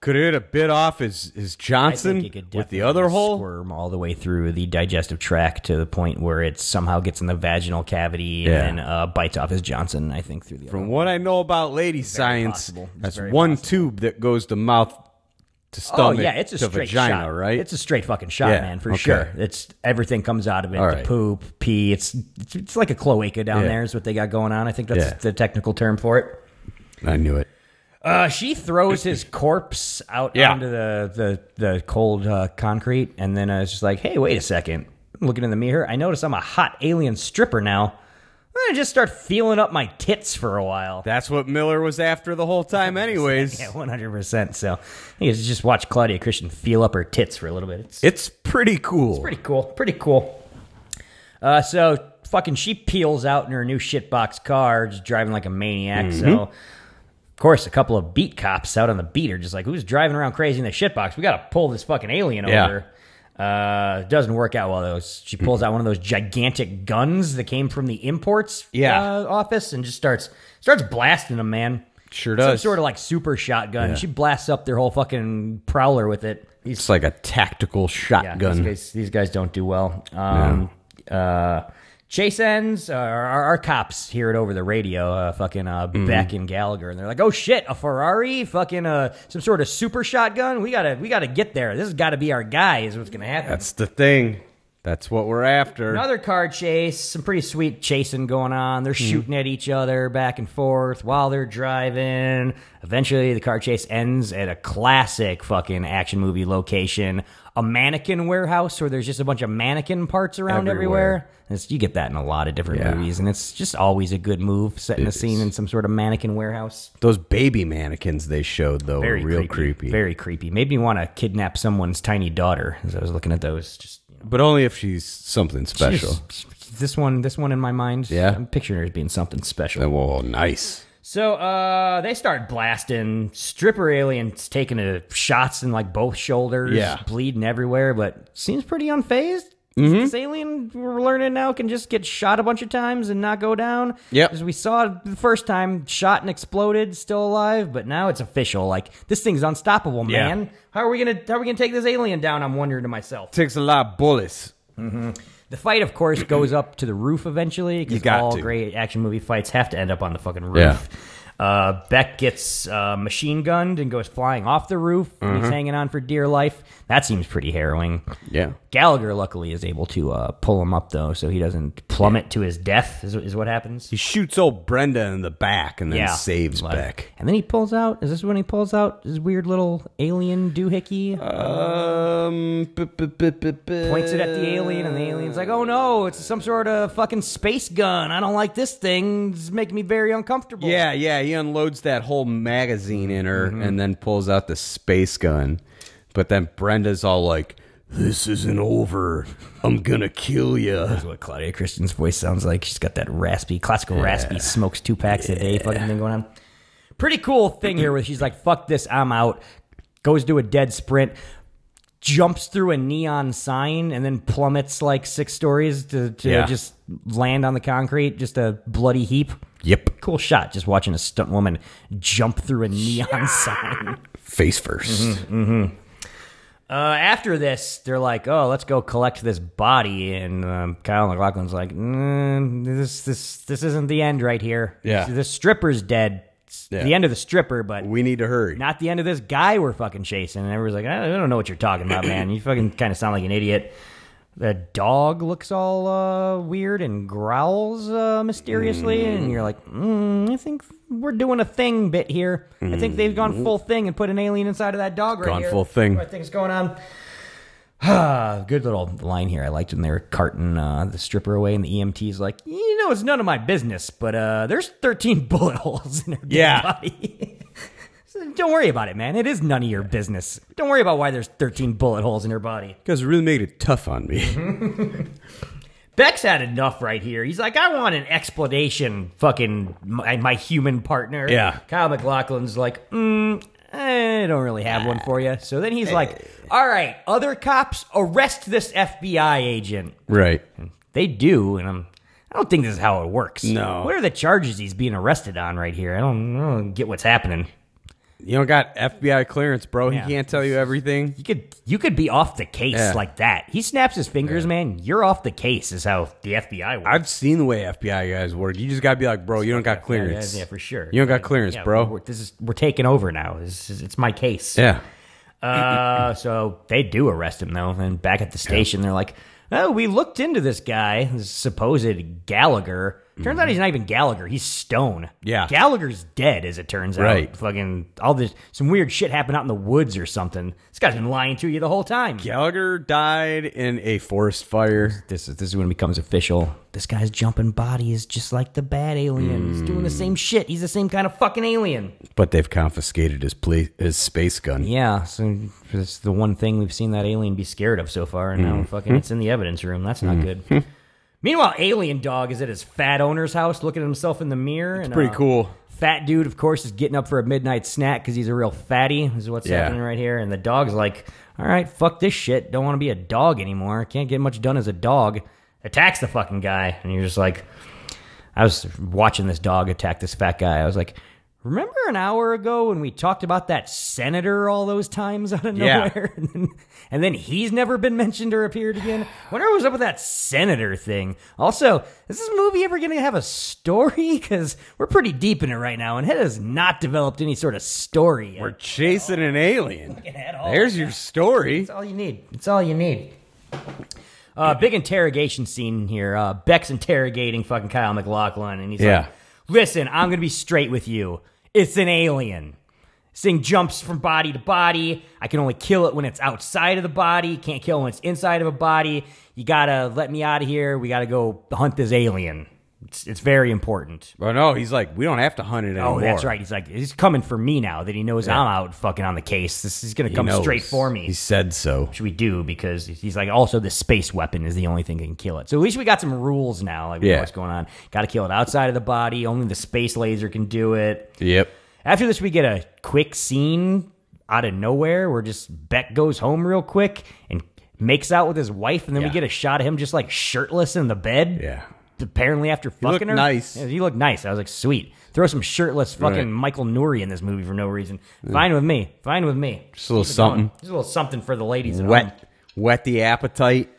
could it have bit off his his
I think
Johnson
it could
with the
definitely
other hole?
squirm all the way through the digestive tract to the point where it somehow gets in the vaginal cavity
Yeah.
and uh, bites off his Johnson. I think through the
From what I know about lady science,
possible. It's
that's
very
one tube that goes to mouth to stomach
oh yeah, it's a
to
straight
vagina,
shot.
right?
It's a straight fucking shot,
Yeah,
man, for
okay.
sure. It's everything comes out of it.
All
the
right.
poop, pee. It's, it's it's like a cloaca down
Yeah.
there is what they got going on. I think that's
Yeah.
the technical term for it.
I knew it.
Uh, she throws his corpse out
Yeah.
onto the the the cold uh, concrete, and then uh, it's just like, hey, wait a second. Looking in the mirror, I notice I'm a hot alien stripper now. I'm gonna just start feeling up my tits for a while.
That's what Miller was after the whole time, anyways.
yeah, 100%. So I think it's just watch Claudia Christian feel up her tits for a little bit. It's
It's pretty cool.
Pretty cool. Pretty cool. Uh, so fucking she peels out in her new shitbox car, just driving like a maniac.
Mm-hmm.
So of course, a couple of beat cops out on the beat are just like, "Who's driving around crazy in the shitbox? We gotta pull this fucking alien
Yeah.
over." Uh, it doesn't work out well though. She pulls out one of those gigantic guns that came from the imports
Yeah.
uh, office and just starts starts blasting them, man.
Sure
Some
does.
sort of like super shotgun. She blasts up their whole fucking prowler with it.
It's like a tactical
Yeah,
shotgun.
these guys, these guys don't do well. Um, uh, chase ends. Uh, our, our cops hear it over the radio. Uh, fucking uh, Beck and Gallagher, and they're like, "Oh shit, a Ferrari! Fucking uh, some sort of super shotgun. We gotta, we gotta get there. This has got to be our guy. Is what's gonna happen."
That's the thing. That's what we're after.
Another car chase, some pretty sweet chasing going on. They're
Mm-hmm.
shooting at each other back and forth while they're driving. Eventually, the car chase ends at a classic fucking action movie location a mannequin warehouse where there's just a bunch of mannequin parts around everywhere.
Everywhere.
It's- you get that in a lot of different
Yeah.
movies, and it's just always a good move setting the scene in some sort of mannequin warehouse.
Those baby mannequins they showed though
Very
were real creepy.
Very creepy. Made me want to kidnap someone's tiny daughter as I was looking at those. Just
But only if she's something special.
Just- This one, this one in my mind.
Yeah?
I'm picturing her as being something special.
Well, nice.
So, uh, they start blasting stripper aliens, taking uh, shots in like both shoulders,
Yeah. Mm-hmm.
bleeding everywhere, but seems pretty unfazed. This alien we're learning now can just get shot a bunch of times and not go down.
Yep.
As we saw the first time, shot and exploded, still alive, but now it's official. Like this thing's unstoppable,
Yeah.
man. How are we gonna how are we gonna take this alien down? I'm wondering to myself.
Takes a lot of bullets.
The fight, of course, goes up to the roof eventually
You
because
got
all
to.
great action movie fights have to end up on the fucking
Yeah.
roof. Uh, Beck gets uh, machine gunned and goes flying off the roof. And
Mm-hmm.
he's hanging on for dear life. That seems pretty harrowing.
Yeah.
Gallagher, luckily, is able to uh, pull him up, though, so he doesn't plummet to his death, is, is what happens.
He shoots old Brenda in the back and then
Yeah.
saves
Like-
Beck.
And then he pulls out. Is this when he pulls out his weird little alien doohickey?
Um,
points
points
it at the alien, and the alien's like, "Oh no, it's some sort of fucking space gun. I don't like this thing. It's making me very uncomfortable."
Yeah, yeah. He unloads that whole magazine in her
Mm-hmm.
and then pulls out the space gun. But then Brenda's all like, "This isn't over. I'm gonna kill you."
That's what Claudia Christian's voice sounds like. She's got that raspy, classical raspy, smokes two packs a day fucking thing going on. Pretty cool thing here where she's like, fuck this, I'm out. Goes to a dead sprint, jumps through a neon sign, and then plummets like six stories to, to
Yeah.
just land on the concrete, just a bloody heap.
Yep.
Cool shot, just watching a stunt woman jump through a neon sign.
Face 1st
Mm-hmm. Uh, after this, they're like, "Oh, let's go collect this body." And um, Kyle McLaughlin's like, mm, "This, this, this isn't the end right here.
Yeah.
the stripper's dead. It's
Yeah.
The end of the stripper, but
We need to hurry.
not the end of this guy we're fucking chasing." And everyone's like, "I don't know what you're talking about, man. You fucking kind of sound like an idiot." The dog looks all uh, weird and growls uh, mysteriously, and you're like, mm, "I think we're doing a thing bit here. I think they've gone full thing and put an alien inside of that dog right
Mm. Gone
here."
full thing.
What things going on? Good little line here. I liked when they were carting uh, the stripper away, and the EMT's like, "You know, it's none of my business, but uh, there's 13 bullet holes in her dead
Yeah.
body. So Don't worry about it, man. It is none of your business. Don't worry about why there's 13 bullet holes in her body."
You guys really made it tough on
Mm-hmm.
me.
Beck's had enough right here. He's like, I want an explanation, fucking my, my human partner.
Yeah.
Kyle McLaughlin's like, mm, I don't really have one for you. So then he's like,
Eh.
all right, other cops, arrest this FBI agent.
right.
They do, and I'm. I don't think this is how it works.
No.
What are the charges he's being arrested on right here? I don't, I don't get what's happening.
You don't got FBI clearance, bro.
Yeah.
He can't tell you everything.
You could you could be off the case
Yeah.
like that. He snaps his fingers, man. You're off the case is how the FBI works.
I've seen the way FBI guys work. You just gotta be like, bro, you don't got
Yeah,
clearance.
Yeah, for sure.
You don't got clearance,
Yeah,
bro.
We're, this is we're taking over now. This is, it's my case.
yeah.
Uh, so they do arrest him though, and back at the station, they're like, "Oh, we looked into this guy, this supposed Gallagher. Turns out he's not even Gallagher. He's Stone.
Yeah.
Gallagher's dead, as it turns
Right.
out. Fucking all this some weird shit happened out in the woods or something. This guy's been lying to you the whole time.
Gallagher died in a forest fire.
This is this is when it becomes official. This guy's jumping body is just like the bad alien. He's doing the same shit. He's the same kind of fucking alien.
But they've confiscated his pla- his space gun.
Yeah, so it's the one thing we've seen that alien be scared of so far, and now fucking it's in the evidence room. That's not good. Meanwhile, alien dog is at his fat owner's house, looking at himself in the mirror. and,
Pretty
uh,
cool.
Fat dude, of course, is getting up for a midnight snack because he's a real fatty. Is what's
Yeah.
happening right here. And the dog's like, "All right, fuck this shit. Don't want to be a dog anymore. Can't get much done as a dog." Attacks the fucking guy, and you're just like, I was watching this dog attack this fat guy. I was like, Remember an hour ago when we talked about that senator all those times out of
Yeah.
nowhere? and, then, and then he's never been mentioned or appeared again? Wonder what was up with that senator thing. Also, is this movie ever going to have a story? Because we're pretty deep in it right now, and it has not developed any sort of story yet.
We're chasing an alien.
at all.
There's your story.
It's all you need. It's all you need. Uh, big interrogation scene here. Uh, Beck's interrogating fucking Kyle McLaughlin, and he's
Yeah.
like, "Listen, I'm gonna be straight with you. It's an alien. This thing jumps from body to body. I can only kill it when it's outside of the body. Can't kill it when it's inside of a body. You gotta let me out of here. We gotta go hunt this alien. It's, it's very important."
Oh no, he's like, we don't have to hunt it anymore.
Oh, that's right. He's like, he's coming for me now that he knows I'm out fucking on the case. This is gonna
He
come
knows.
straight for me
He said so.
which we do because he's like also the space weapon is the only thing that can kill it. So at least we got some rules now. Like we know
Yeah.
what's going on. Got to kill it outside of the body. Only the space laser can do it.
Yep.
After this, we get a quick scene out of nowhere where just Beck goes home real quick and makes out with his wife, and then we
Yeah.
get a shot of him just like shirtless in the bed.
Yeah.
Apparently, after
looked
fucking her,
nice.
Yeah, he looked nice. I was like, sweet. Throw some shirtless fucking
Right.
Michael Nouri in this movie for no reason. Fine with me. Fine with me.
Just a little something.
Just a little something for the ladies. at home.
Wet wet the appetite.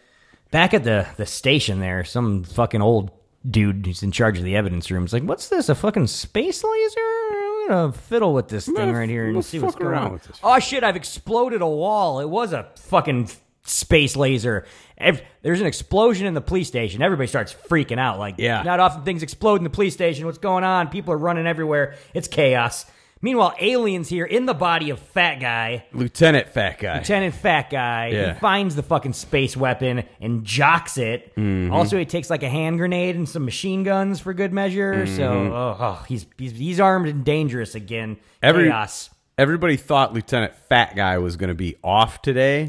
back at the the station there some fucking old dude who's in charge of the evidence room is like what's this a fucking space laser i'm gonna fiddle with this thing
gonna-
right here
I'm
and
gonna
see what's
fuck
going
around
on
with this.
oh shit i've exploded a wall it was a fucking space laser Ev- there's an explosion in the police station everybody starts freaking out like
Yeah.
not often things explode in the police station what's going on people are running everywhere it's chaos meanwhile aliens here in the body of fat guy
Lieutenant Fat Guy.
Lieutenant Fat Guy.
Yeah.
He finds the fucking space weapon and jocks it.
Mm-hmm.
Also, he takes like a hand grenade and some machine guns for good measure. So,
Mm-hmm.
oh, oh, he's, he's he's armed and dangerous again.
Every-
Chaos.
Everybody thought Lieutenant Fat Guy was going to be off today,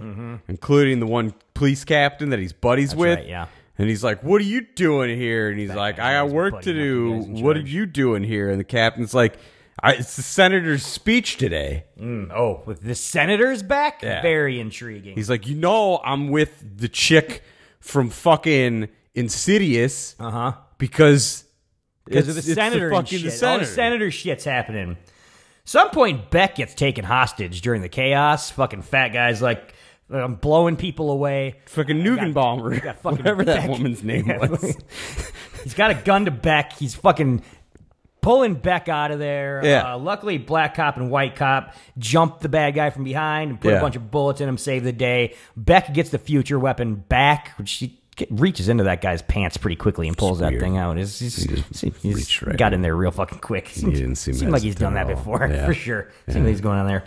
including the one police captain that he's buddies with.
Mm-hmm. right, yeah.
And he's like, "What are you doing here?" And he's like, "I got
his
work
buddy,
to
not the
do.
guys in
What are
charge."
you doing here?" And the captain's like, I, "It's the senator's speech today."
Mm, oh, with the senator's back,
Yeah.
very intriguing.
He's like, "You know, I'm with the chick from fucking Insidious, uh huh, because
Uh-huh. because of the
it's- it's
senator and
fucking
shit.
the
All the
senator.
senator shit's happening. Some point, Beck gets taken hostage during the chaos. Fucking fat guy's like, I'm blowing people away.
fucking Nugenbaum, or
got fucking
whatever that
Beck.
woman's name
Yeah,
was."
He's got a gun to Beck. He's fucking pulling Beck out of there.
Yeah.
Uh, luckily, black cop and white cop jump the bad guy from behind and put a
Yeah.
bunch of bullets in him, save the day. Beck gets the future weapon back, which she get- reaches into that guy's pants pretty quickly and pulls that
weird.
thing out. It's, it's, he
reached right
got in there real fucking quick. Seemed,
didn't seem
seemed like he's done
hesitant
that
at all.
before,
Yeah.
for sure. Seemed like he's going on there.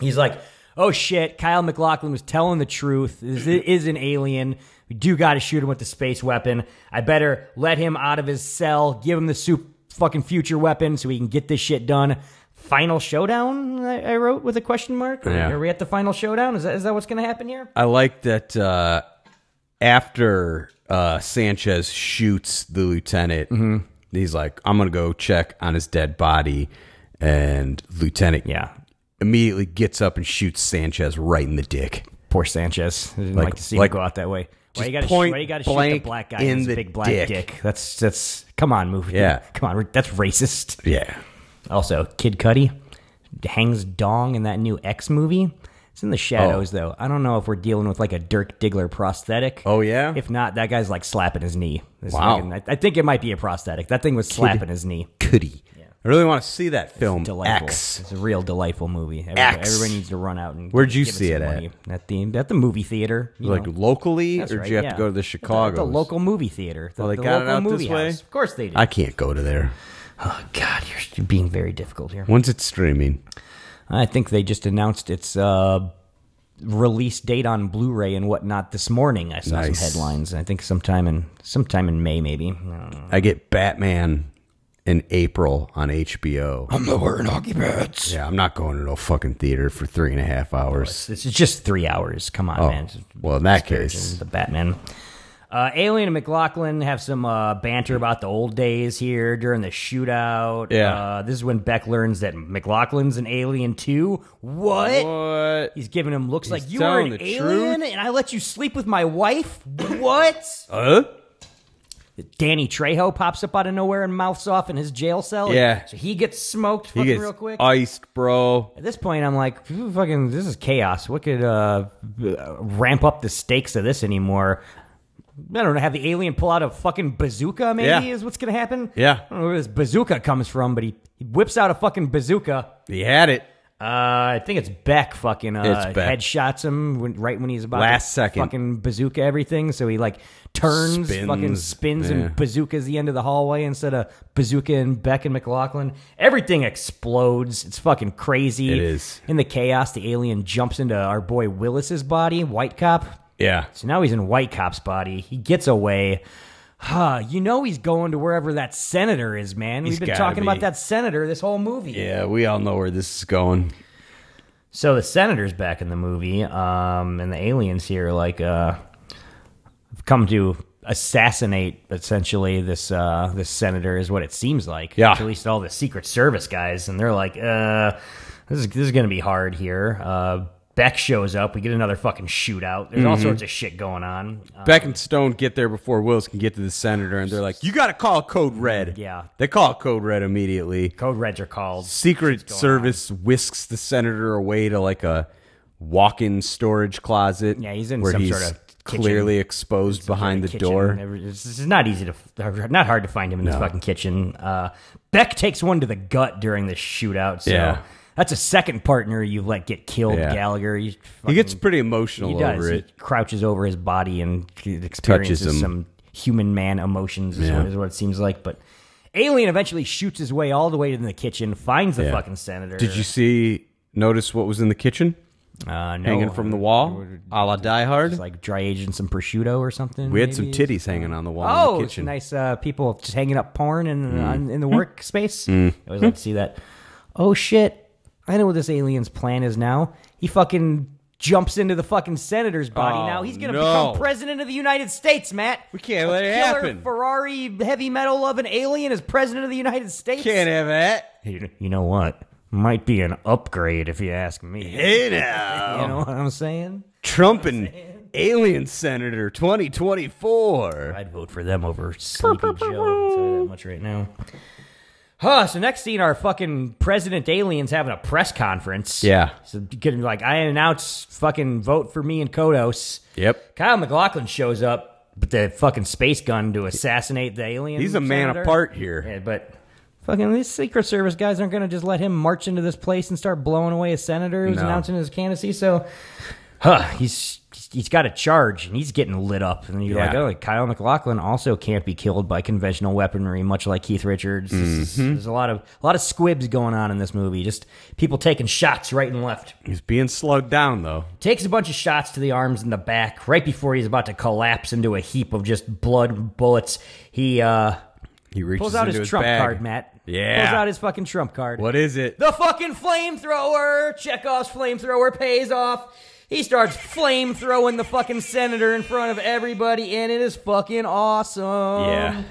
He's like, oh shit, Kyle McLaughlin was telling the truth. This i- is an alien. We do got to shoot him with the space weapon. I better let him out of his cell, give him the soup fucking future weapon so he can get this shit done. Final showdown, I, I wrote with a question mark.
Yeah.
Are we at the final showdown? Is that, is that what's going to happen here?
I like that uh, after uh, Sanchez shoots the lieutenant,
Mm-hmm.
he's like, I'm going to go check on his dead body. And lieutenant
Yeah.
immediately gets up and shoots Sanchez right in the dick.
Poor Sanchez. I didn't like, to see
like-
him go out that way. Why you gotta,
point
why you gotta shoot the
blank
black guy
in
his
the
big black dick.
dick.
That's that's come on, movie.
Yeah.
Come on, that's racist.
Yeah.
Also, Kid Cudi hangs dong in that new X movie. It's in the shadows though. I don't know if we're dealing with like a Dirk Diggler prosthetic.
Oh, yeah?
If not, that guy's like slapping his knee. It's
Wow.
fucking- I, I think it might be a prosthetic. That thing was slapping his knee.
Coody. I really want to see that film.
Delightful.
X.
It's a real delightful movie. Everybody,
X.
everybody needs to run out and
Where'd you
give it
see
some
it at?
money. At the at the movie theater. you
Like
know.
locally,
That's
or
right,
do you have
yeah.
to go to the
At
Chicago?
At the, local movie theater. The,
Oh, they
the
got it
local
out
movie
this way?
house. Of course they do.
I can't go to there.
oh, God, you're, you're being very difficult here.
When's it streaming?
I think they just announced its uh, release date on Blu-ray and whatnot this morning. I saw
Nice.
some headlines. I think sometime in sometime in May, maybe. I don't know.
I get Batman in April on HBO.
I'm not wearing hockey pads.
Yeah, I'm not going to no fucking theater for three and a half hours.
This is just three hours. Come on, man. Just-
Well, in that
version,
case,
the Batman. Uh, Alien and McLaughlin have some uh, banter about the old days here during the shootout.
Yeah.
Uh, this is when Beck learns that McLaughlin's an alien too. What?
what?
He's giving him looks like you were
telling
an
the
alien and I let you sleep with my wife? What?
Uh?
Danny Trejo pops up out of nowhere and mouths off in his jail cell.
Yeah.
So he gets smoked
He
fucking
gets
real quick.
iced, bro.
At this point, I'm like, "Phew, fucking, this is chaos. What could uh, ramp up the stakes of this anymore? I don't know. Have the alien pull out a fucking bazooka? Maybe
Yeah.
is what's gonna happen.
Yeah.
I don't know where this bazooka comes from, but he, he whips out a fucking bazooka.
He had it.
Uh, I think it's Beck fucking uh,
It's Beck.
headshots him when, right when he's about
Last
to
second.
fucking bazooka everything. So he like turns,
Spins,
fucking spins,
yeah.
and bazookas the end of the hallway instead of bazooka and Beck and McLaughlin. Everything explodes. It's fucking crazy.
It is.
In the chaos, the alien jumps into our boy Willis's body, white cop.
Yeah.
So now he's in White Cop's body. He gets away. Huh, you know he's going to wherever that senator is, man. We've been
gotta
talking about
be.
that senator this whole movie.
Yeah, we all know where this is going.
So the senator's back in the movie, um, and the aliens here like uh, have come to assassinate essentially this uh, this senator is what it seems like.
Yeah.
at least all the Secret Service guys, and they're like, uh, this is this is gonna be hard here. Uh, Beck shows up. We get another fucking shootout. There's all sorts of shit going on. Uh,
Beck and Stone get there before Willis can get to the senator, and they're like, "You got to call Code Red."
Yeah.
they call Code Red immediately.
code reds are called.
Secret Service whisks the senator away to like a walk-in storage closet.
Yeah, he's in
where
some
he's
sort of
clearly exposed behind the
kitchen.
door.
Every- It's, it's not easy to, not hard to find him in this fucking kitchen. Uh, Beck takes one to the gut during the shootout. So
Yeah.
that's a second partner you let get killed.
Yeah.
Gallagher, he, fucking,
He gets pretty emotional
he does.
over
He
it.
crouches over his body and experiences
him.
some human man emotions. Is,
Yeah.
what, is what it seems like, but. Alien eventually shoots his way all the way to the kitchen, finds the
Yeah.
fucking senator.
Did you see? Notice what was in the kitchen,
uh, no,
hanging from the wall, a la Die Hard.
It's like dry aged in some prosciutto or something?
We had some
maybe?
titties hanging on the wall
Oh,
in the
it's
kitchen. Mm. Hmm.
nice uh, people just hanging up porn in, on, in the workspace. I always like to see that. Oh shit! I know what this alien's plan is now. He fucking jumps into the fucking senator's body
Oh,
now. He's gonna
no.
become president of the United States, Matt.
We can't
A
let it
killer
happen.
Ferrari heavy metal loving alien is president of the United States.
Can't have that.
You you know what? Might be an upgrade if you ask me.
Hey now.
You know what I'm saying?
Trump and Alien Senator 2024.
I'd vote for them over Sleepy Joe. I'll tell you that much right now. Huh. So next scene, our fucking president aliens having a press conference.
Yeah.
So getting like, I announce fucking vote for me and Kodos.
Yep.
Kyle McLaughlin shows up with the fucking space gun to assassinate the alien.
He's a man
senator.
apart here.
Yeah, but. Fucking these Secret Service guys aren't going to just let him march into this place and start blowing away his senators,
No.
announcing his candidacy. So, huh, he's he's got a charge and he's getting lit up. And you're like,
Yeah.
oh, Kyle McLaughlin also can't be killed by conventional weaponry, much like Keith Richards. This is- There's a lot of a lot of squibs going on in this movie. Just people taking shots right and left.
He's being slowed down though.
Takes a bunch of shots to the arms and the back right before he's about to collapse into a heap of just blood and bullets. He uh,
He reaches
pulls out
into
his,
his
trump
bag.
card, Matt.
Yeah.
pulls out his fucking trump card.
What is it?
The fucking flamethrower! Chekhov's flamethrower pays off. He starts flame throwing the fucking senator in front of everybody, and it is fucking awesome.
Yeah.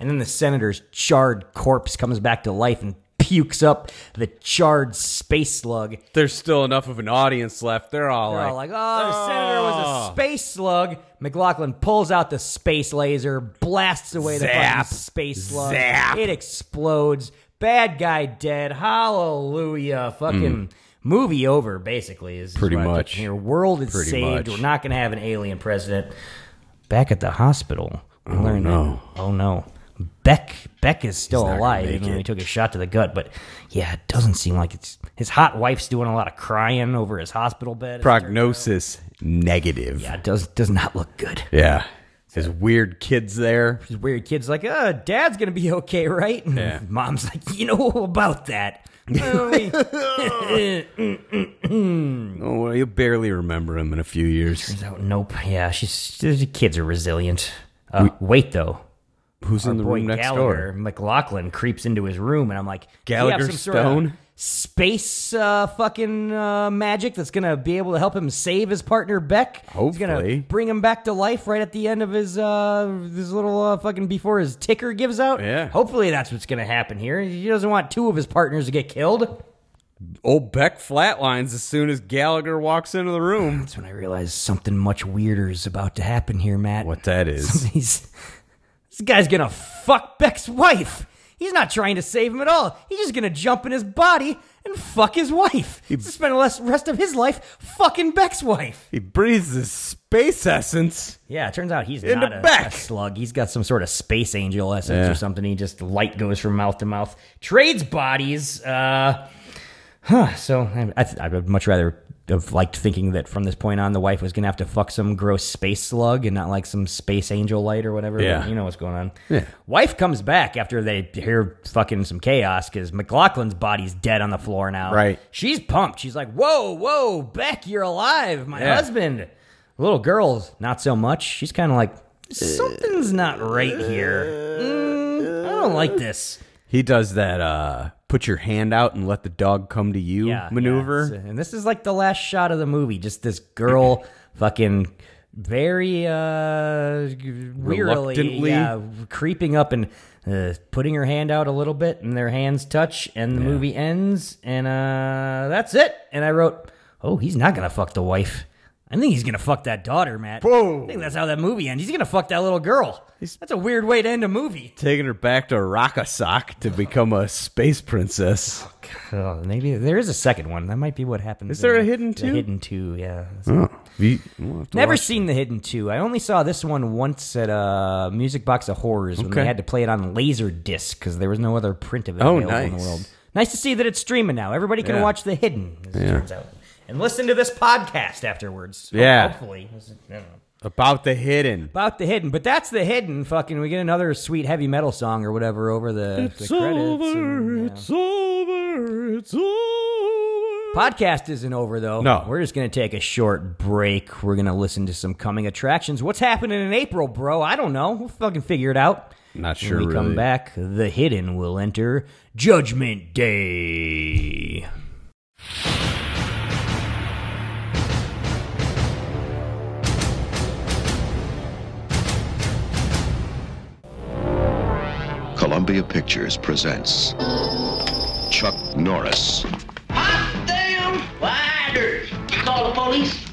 And then the senator's charred corpse comes back to life and pukes up the charred space slug.
There's still enough of an audience left. They're all,
They're
like, "Oh."
all like, oh, the senator was a space slug. McLaughlin pulls out the space laser, blasts away the
Zap.
fucking space slug.
Zap.
It explodes. Bad guy dead. Hallelujah. Fucking movie over, basically. Is, is
Mm. Pretty
what I put
much.
Here. World is
Pretty
saved.
much.
We're not going to have an alien president. Back at the hospital, we learned
no.
that- oh no. Beck Beck is still
not gonna
alive,
make
even though
it.
he took a shot to the gut. But yeah, it doesn't seem like it's his hot wife's doing a lot of crying over his hospital bed.
prognosis negative.
Yeah, it does does not look good.
Yeah. His weird kids there.
His weird kid's like, uh, dad's gonna be okay, right? And
Yeah.
mom's like, you know about that.
Oh, well, you'll barely remember him in a few years.
So, nope. Yeah, she's the kids are resilient. Uh, wait though.
Who's in the
Boy
room next
Gallagher
door?
McLaughlin creeps into his room and I'm like, "Do you have
Gallagher
some sort of
Stone?
Space uh, fucking uh, magic that's gonna be able to help him save his partner Beck. He's gonna
Hopefully.
bring him back to life right at the end of his uh, his little uh, fucking before his ticker gives out.
Yeah.
Hopefully that's what's gonna happen here. He doesn't want two of his partners to get killed.
Old Beck flatlines as soon as Gallagher walks into the room.
That's when I realized something much weirder is about to happen here, Matt.
What that is.
He's This guy's gonna fuck Beck's wife. He's not trying to save him at all. He's just gonna jump in his body and fuck his wife. He's gonna spend the less- rest of his life fucking Beck's wife.
He breathes this space essence.
Yeah, it turns out he's
Into
not a,
Beck.
a slug. He's got some sort of space angel essence
Yeah.
or something. He just light goes from mouth to mouth. Trades bodies. Uh, huh. So I, I, th- I would much rather have liked thinking that from this point on, the wife was gonna have to fuck some gross space slug and not like some space angel light or whatever.
Yeah.
you know what's going on.
Yeah.
Wife comes back after they hear fucking some chaos because McLaughlin's body's dead on the floor now.
Right.
She's pumped. She's like, whoa, whoa, Beck, you're alive. My
Yeah.
husband. Little girl's not so much. She's kind of like, something's not right here. Mm, I don't like this.
He does that uh put your hand out and let the dog come to you
Yeah,
maneuver.
yeah. And this is like the last shot of the movie. Just this girl fucking very uh wearily
Reluctantly.
yeah, creeping up and uh, putting her hand out a little bit and their hands touch and the movie ends and uh that's it. And I wrote, "Oh, he's not going to fuck the wife. I think he's going to fuck that daughter, Matt.
Whoa.
I think that's how that movie ends. He's going to fuck that little girl. that's a weird way to end a movie.
Taking her back to Rakasak to become a space princess.
Oh, maybe there is a second one. That might be what happens. Is
there a hidden two?
hidden two, yeah.
Oh, You- we'll have to
Never
watch-
seen The Hidden Two. I only saw this one once at uh, Music Box of Horrors when they
Okay.
had to play it on laser disc because there was no other print of it
Oh,
available in the
nice.
world. Nice to see that it's streaming now. Everybody can
Yeah.
watch The Hidden, as it turns out, and listen to this podcast afterwards. Ho-
Yeah.
hopefully. I don't know.
about the hidden.
About the hidden, but that's the hidden. Fucking, we get another sweet heavy metal song or whatever over the, the credits. and, yeah.
it's over, it's over.
Podcast isn't over though.
No.
We're just going to take a short break. We're going to listen to some coming attractions. What's happening in April, bro? I don't know. We'll fucking figure it out.
Not sure.
When we come
really.
back, the hidden will enter Judgment Day.
Columbia Pictures presents Chuck Norris,
Hot damn wires. You call the police?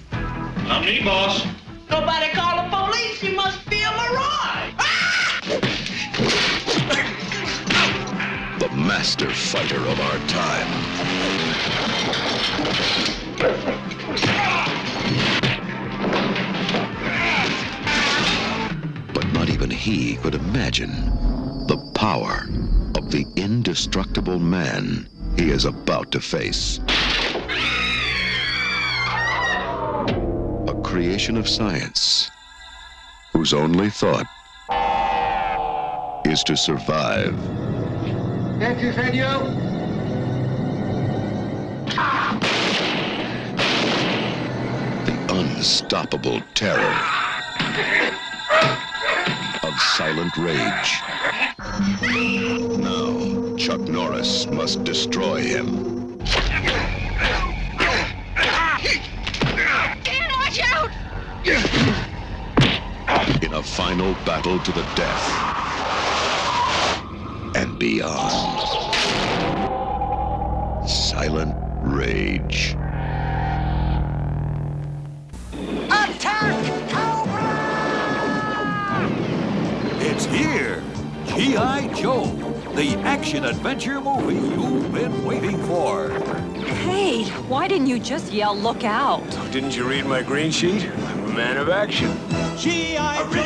Not me, boss.
Nobody call the police. You must be a mirage.
the master fighter of our time. But not even he could imagine the power of the indestructible man he is about to face. A creation of science whose only thought is to survive. the unstoppable terror of silent rage. Now, Chuck Norris must destroy him.
Dan, watch out!
in a final battle to the death and beyond. Silent Rage.
It's here. G.I. Joe, the action adventure movie you've been waiting for.
Hey, why didn't you just yell, look out?
Didn't you read my green sheet? I'm a man of action. G.I. Joe.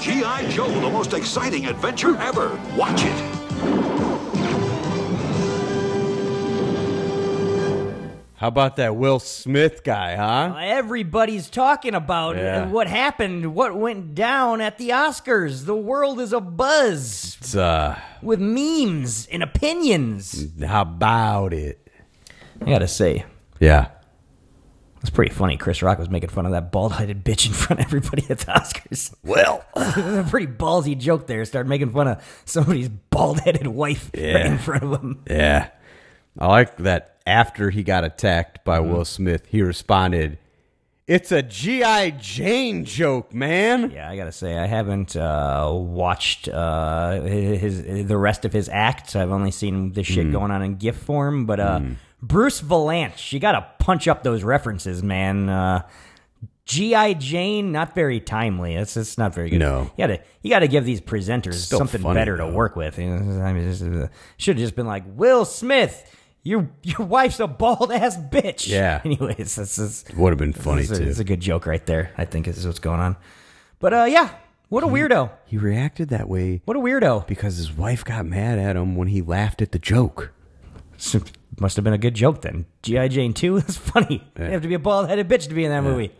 G.I. Joe, the most exciting adventure ever. Watch it.
How about that Will Smith guy, huh?
Everybody's talking about
Yeah.
what happened, what went down at the Oscars. The world is abuzz
It's, uh,
with memes and opinions.
how about it?
I got to say,
Yeah.
It's pretty funny. Chris Rock was making fun of that bald-headed bitch in front of everybody at the Oscars.
Well,
a pretty ballsy joke there. Start making fun of somebody's bald-headed wife right
Yeah.
in front of him.
yeah. I like that after he got attacked by Will Smith, he responded, It's a G.I. Jane joke, man.
Yeah, I gotta say, I haven't uh, watched uh, his, the rest of his act. I've only seen this
Hmm.
shit going on in GIF form. But uh, Bruce Valanche, you gotta punch up those references, man. Uh, G.I. Jane, not very timely. It's it's not very good.
No.
you gotta you gotta give these presenters
Still
something
funny,
better
though.
to work with. You know, I mean, this is, uh, should have just been like Will Smith. Your your wife's a bald ass bitch.
Yeah.
Anyways, this is
Would have been funny
this is a,
too.
It's a good joke right there. I think is what's going on. But uh, yeah, what a weirdo.
he reacted that way
What a weirdo.
because his wife got mad at him when he laughed at the joke.
Must have been a good joke then. G.I. Jane 2 is funny. You have to be a bald headed bitch to be in that movie.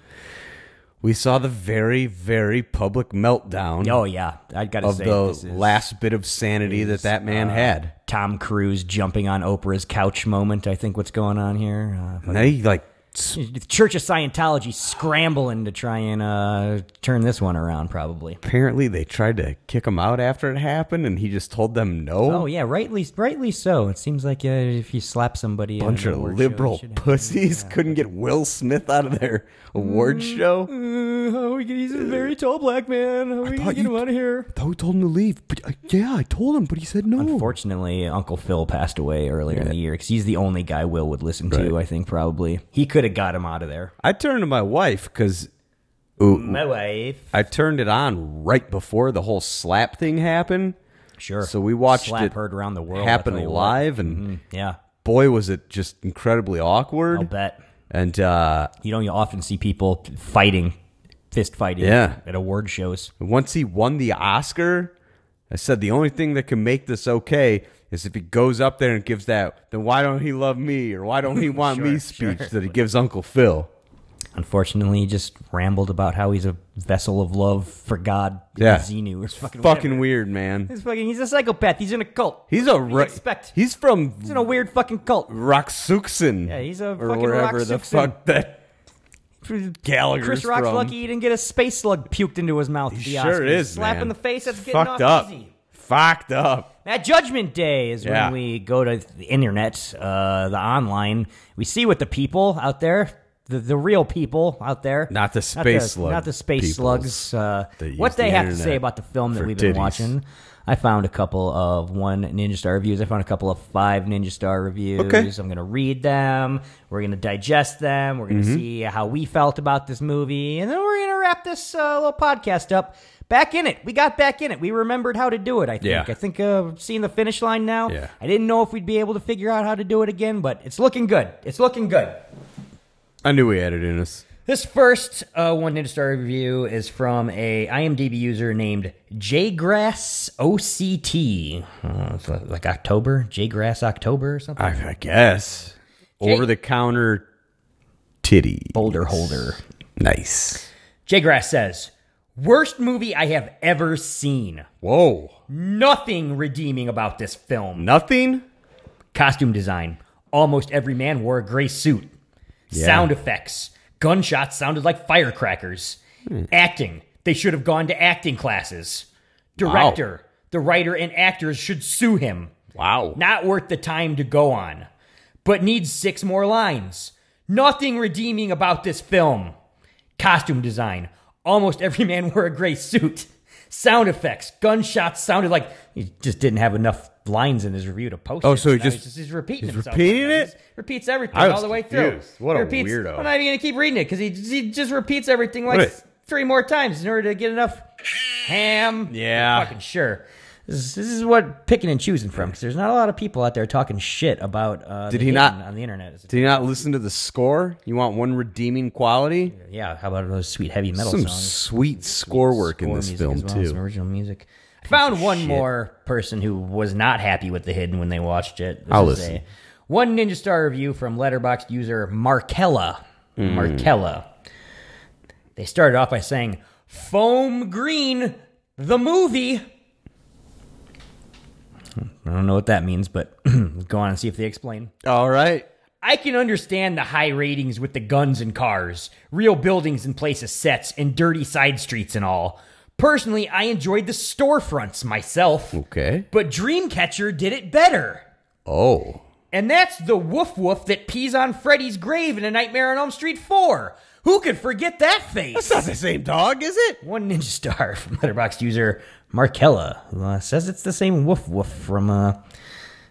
We saw the very, very public meltdown
Oh, yeah. I gotta
of
say,
the
this is
last bit of sanity that that man had.
Tom Cruise jumping on Oprah's couch moment. I think what's going on here. Uh,
And they like s-
the Church of Scientology scrambling to try and uh, turn this one around, probably.
apparently they tried to kick him out after it happened, and he just told them no.
Oh yeah, rightly, rightly so. It seems like uh, if you slap somebody,
bunch
at
of
an award show,
liberal
it should happen.
pussies couldn't get Will Smith out of their award show.
Uh, how we get, he's a very tall black man. How are we gonna
thought
get
you-
him out of here?
Though told him to leave, but I, yeah, I told him, but he said no.
Unfortunately, Uncle Phil passed away earlier in the year because he's the only guy Will would listen to. I think probably he could have got him out of there.
I turned to my wife because
My wife,
I turned it on right before the whole slap thing happened.
sure.
So we watched
slap
it
heard around the world I
happen
tell you what.
live, and
Yeah,
boy, was it just incredibly
I'll
awkward.
bet.
And uh,
You know, you often see people fighting, fist fighting,
Yeah.
at award shows.
once he won the Oscar, I said the only thing that can make this okay is if he goes up there and gives that, then why don't he love me or why don't he want me speech that he gives Uncle Phil?
Unfortunately, he just rambled about how he's a vessel of love for God.
Yeah.
Xenu or fucking
Fucking
whatever.
weird, man.
He's fucking. He's a psychopath. He's in a cult.
He's a ru-
expect?
he's from
He's in a weird fucking cult.
Roxuxen.
Yeah, he's a
or
fucking
wherever the
Roxuxen.
fuck that Gallagher's
Chris Rock's
from.
lucky he didn't get a space slug puked into his mouth. at
He
the
sure
Oscars.
is.
Slap
man.
in the face. That's
It's
getting
fucked
off
up.
easy.
Fucked up.
That Judgment Day is
Yeah.
when we go to the internet, uh, the online. We see what the people out there, the, the real people out there,
Not the space slug
not the space
peoples
slugs, uh,
that use
what they
the
have to
internet
say about the film that
for
we've
titties.
been watching. I found a couple of one Ninja Star reviews. I found a couple of five Ninja Star reviews.
Okay.
I'm going to read them. We're going to digest them. We're going
Mm-hmm.
to see how we felt about this movie. And then we're going to wrap this uh, little podcast up. Back in it. We got back in it. We remembered how to do it, I think.
Yeah.
I think uh, seeing the finish line now,
Yeah.
I didn't know if we'd be able to figure out how to do it again, but it's looking good. It's looking good.
I knew we had it in us.
This first uh, one ninja star review is from a IMDb user named Jgrass OCT. Uh, it's like like October, Jgrass October or something.
I, I guess. Over the counter titty.
Boulder holder.
Nice.
Jgrass says, "Worst movie I have ever seen.
Whoa.
Nothing redeeming about this film.
Nothing?
Costume design. Almost every man wore a gray suit. Sound effects. Gunshots sounded like firecrackers. Acting. They should have gone to acting classes. Director. The writer and actors should sue him.
Wow.
Not worth the time to go on. But needs six more lines. Nothing redeeming about this film. Costume design. Almost every man wore a gray suit. Sound effects. Gunshots sounded like he just didn't have enough lines in his review to post.
Oh,
it,
so he
now
just-
he's just he's repeating
he's
himself.
repeating
He
it?
just repeats everything
I was
all the way through.
confused. What
He
a
repeats,
weirdo.
I'm not even gonna keep reading it because he, he just repeats everything like
Right.
three more times in order to get enough ham.
Yeah.
Fucking sure. This is, this is what picking and choosing from because there's not a lot of people out there talking shit about. Uh,
Did
the
he
Hidden
not-
on the internet?
Did you not listen to the score? You want one redeeming quality?
yeah, how about those sweet heavy metal
Some
songs?
sweet score work in
Score
this
music
film
as well, Some
too.
original music. I found one more person who was not happy with the hidden when they watched it. This
I'll
is
listen.
a- one ninja star review from Letterboxd user Markella.
Hmm.
Markella. They started off by saying, "Foam Green, the movie." I don't know what that means, but go on and see if they explain.
All right.
I can understand the high ratings with the guns and cars, real buildings in place of sets, and dirty side streets and all. Personally, I enjoyed the storefronts myself,
Okay.
but Dreamcatcher did it better.
Oh.
And that's the woof woof that pees on Freddy's grave in A Nightmare on Elm Street 4. Who could forget that face?
the same dog, is it?
One ninja star from Letterboxd user Markella who, uh, says it's the same woof woof from uh,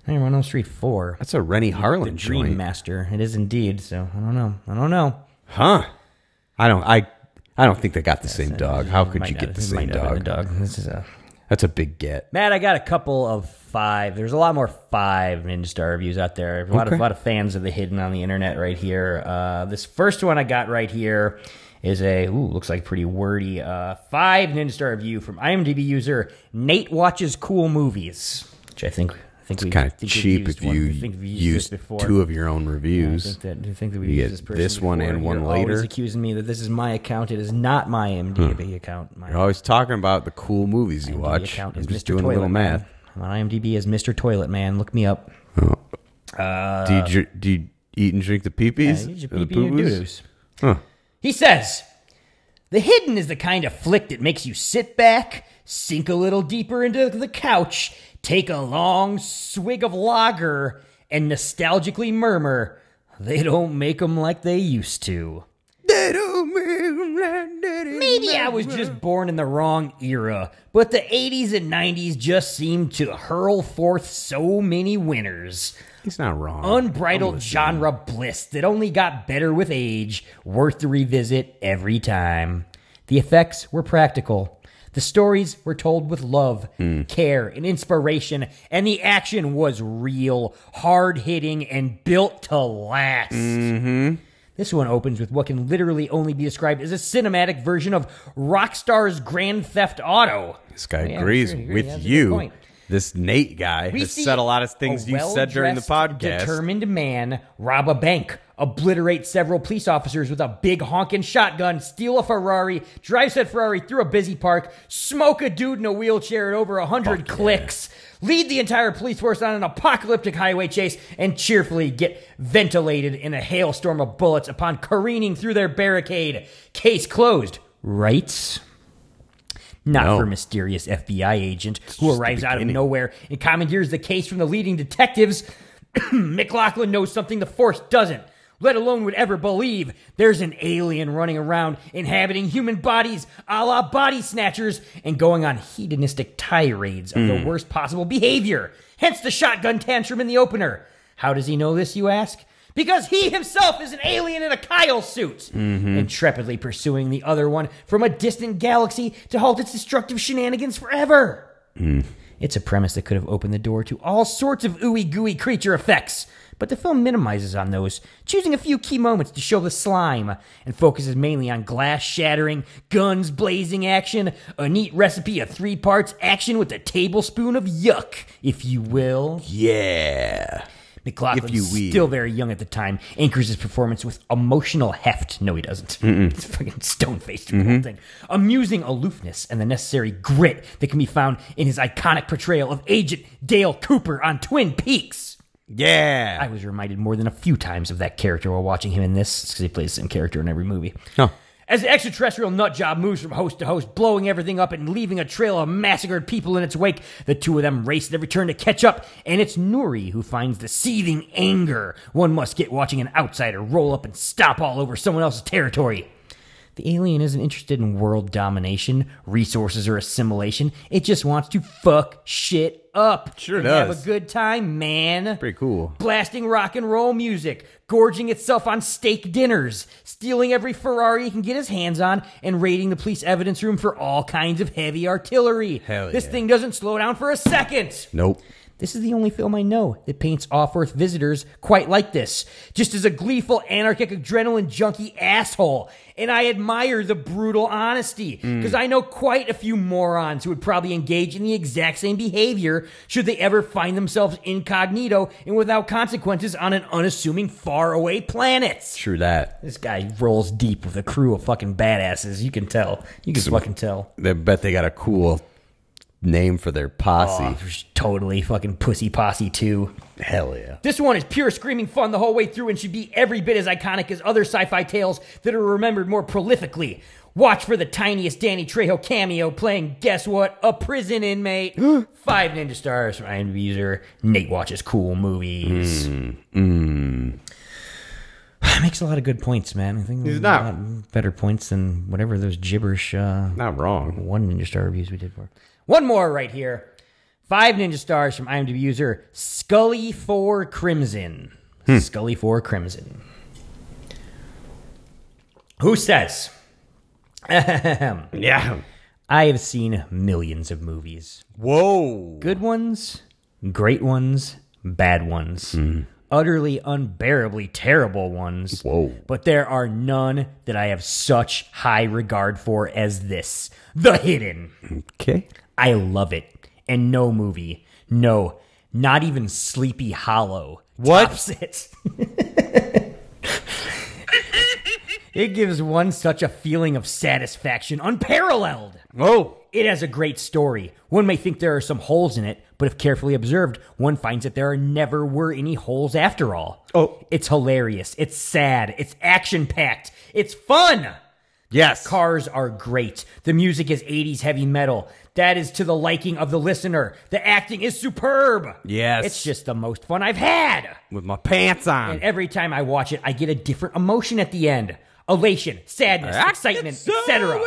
Nightmare on Elm Street 4.
That's a Rennie
The
Harlan
Dream
joint.
Master. It is indeed, so I don't know. I don't know.
Huh. I don't I I don't think they got the same dog. How could
Might
you
not-
get the
it might
same
not have
dog?
been the dog. This is a
That's a big get.
Matt, I got a couple of five. There's a lot more five Ninja Star reviews out there. A lot, of,
Okay.
lot of fans of the hidden on the internet right here. Uh, this first one I got right here is a, ooh, looks like pretty wordy, uh, five Ninja Star review from IMDb user Nate Watches Cool Movies, which I think. I think we
Kind of
think we've
cheap
used
if
one-
you
I think we've used
use
this before.
two of your own
I
reviews.
think that, I think that we
You
used
get
this, person
this one and
before.
one
You're always
later.
accusing me that this is my account. It is not my IMDb
Hmm.
account. My
You're always talking about the cool movies you
IMDb
watch.
account
I'm
is
just
Mr.
doing a
Toilet
little
Man.
math.
I'm on IMDb as Mr. Toilet Man. Look me up.
do, you, dr- do you eat and drink the peepees?
Uh, Yeah, you should
Or the
pee-pee your
poo-poos?
doo-doos.
Huh.
He says, The hidden is the kind of flick that makes you sit back, sink a little deeper into the couch, take a long swig of lager, and nostalgically murmur, They don't make 'em like they used to. Maybe I was just born in the wrong era, but the 80s and 90s just seemed to hurl forth so many winners
He's not wrong.
unbridled genre bliss that only got better with age, worth the revisit every time. The effects were practical. The stories were told with love, care, and inspiration, and the action was real, hard hitting, and built to last. This one opens with what can literally only be described as a cinematic version of Rockstar's Grand Theft Auto.
This guy
Yeah,
agrees
sure, he
with
has a good
you.
point.
This Nate guy has
see
said a lot of things you said during the
well-dressed,
podcast.
Determined man rob a bank, obliterate several police officers with a big honking shotgun, steal a Ferrari, drive said Ferrari through a busy park, smoke a dude in a wheelchair at over a hundred clicks, lead the entire police force on an apocalyptic highway chase, and cheerfully get ventilated in a hailstorm of bullets upon careening through their barricade. Case closed. Rights not
No.
for mysterious FBI agent who arrives out of
beginning.
nowhere and commandeers the case from the leading detectives. McLaughlin knows something the Force doesn't, let alone would ever believe. There's an alien running around, inhabiting human bodies, a la body snatchers, and going on hedonistic tirades of the worst possible behavior. Hence the shotgun tantrum in the opener. How does he know this, you ask? Because he himself is an alien in a Kyle suit, intrepidly pursuing the other one from a distant galaxy to halt its destructive shenanigans forever. It's a premise that could have opened the door to all sorts of ooey gooey creature effects, but the film minimizes on those, choosing a few key moments to show the slime, and focuses mainly on glass shattering, guns blazing action, a neat recipe of three parts action with a tablespoon of yuck, if you will.
yeah.
McLaughlin,
If you will.
still very young at the time, anchors his performance with emotional heft. No, he doesn't. It's fucking stone faced through the
Mm-hmm.
whole thing. Amusing aloofness and the necessary grit that can be found in his iconic portrayal of Agent Dale Cooper on Twin Peaks.
Yeah.
I was reminded more than a few times of that character while watching him in this, because he plays the same character in every movie.
no.
As the extraterrestrial nutjob moves from host to host, blowing everything up and leaving a trail of massacred people in its wake, the two of them race their return to catch up, and it's Nuri who finds the seething anger one must get watching an outsider roll up and stomp all over someone else's territory. The alien isn't interested in world domination, resources, or assimilation. It just wants to fuck shit up.
Sure
and Have
does.
a good time, man
Pretty cool.
blasting rock and roll music, gorging itself on steak dinners, stealing every Ferrari he can get his hands on, and raiding the police evidence room for all kinds of heavy artillery.
Hell
This
yeah.
thing doesn't slow down for a second.
Nope.
This is the only film I know that paints off Earth visitors quite like this, just as a gleeful, anarchic, adrenaline junkie asshole. And I admire the brutal honesty, because I know quite a few morons who would probably engage in the exact same behavior should they ever find themselves incognito and without consequences on an unassuming, faraway planet.
True that.
This guy rolls deep with a crew of fucking badasses. You can tell. You can fucking tell.
They bet they got a cool name for their posse.
Totally fucking pussy posse, too.
Hell yeah.
This one is pure screaming fun the whole way through and should be every bit as iconic as other sci fi tales that are remembered more prolifically. Watch for the tiniest Danny Trejo cameo playing, guess what? A prison inmate. Five ninja stars from IMDb user. Nate watches cool movies.
Mm,
Makes a lot of good points, man. I think
He's
a
not-
lot better points than whatever those gibberish uh,
Not wrong.
one ninja star reviews we did for. One more right here. Five ninja stars from IMDb user Scully Four Crimson. Scully Four Crimson. Who says
Yeah.
I have seen millions of movies.
Whoa.
Good ones, great ones, bad ones. Utterly unbearably terrible ones.
Whoa.
But there are none that I have such high regard for as this The Hidden.
Okay.
I love it. And no movie, no, not even Sleepy Hollow
What?
tops it. it gives one such a feeling of satisfaction unparalleled.
Oh.
It has a great story. One may think there are some holes in it, but if carefully observed, one finds that there are never were any holes after all.
Oh.
It's hilarious. It's sad. It's action packed. It's fun.
Yes.
Cars are great. The music is 80s heavy metal. That is to the liking of the listener. The acting is superb.
Yes.
It's just the most fun I've had.
With my pants on.
And every time I watch it, I get a different emotion at the end elation, sadness,
I
excitement,
get so
etc.
emotional,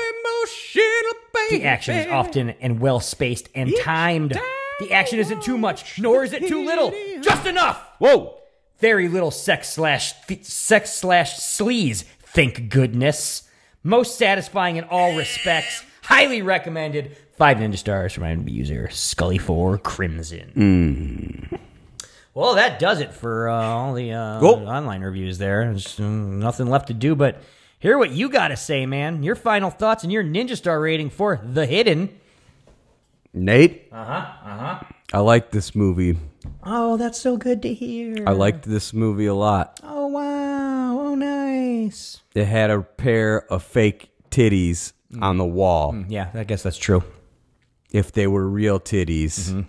The action is
baby.
often and well spaced and timed.
time
The action isn't too much, nor is it too little. Just enough.
Whoa.
Very little sex slash th- sex slash sleaze. Thank goodness. Most satisfying in all respects. Highly recommended. Five ninja stars from IMDb user Scully Four Crimson. Mm. Well, that does it for uh, all the uh,
Cool.
online reviews. There, There's, um, nothing left to do but hear what you got to say, man. Your final thoughts and your ninja star rating for The Hidden.
Nate. Uh
Uh-huh,
huh. Uh huh. I like this movie.
Oh, that's so good to hear.
I liked this movie a lot.
Uh-huh. Oh wow! Oh nice.
It had a pair of fake titties
Mm.
on the wall.
Yeah, I guess that's true.
If they were real titties,
Mm-hmm.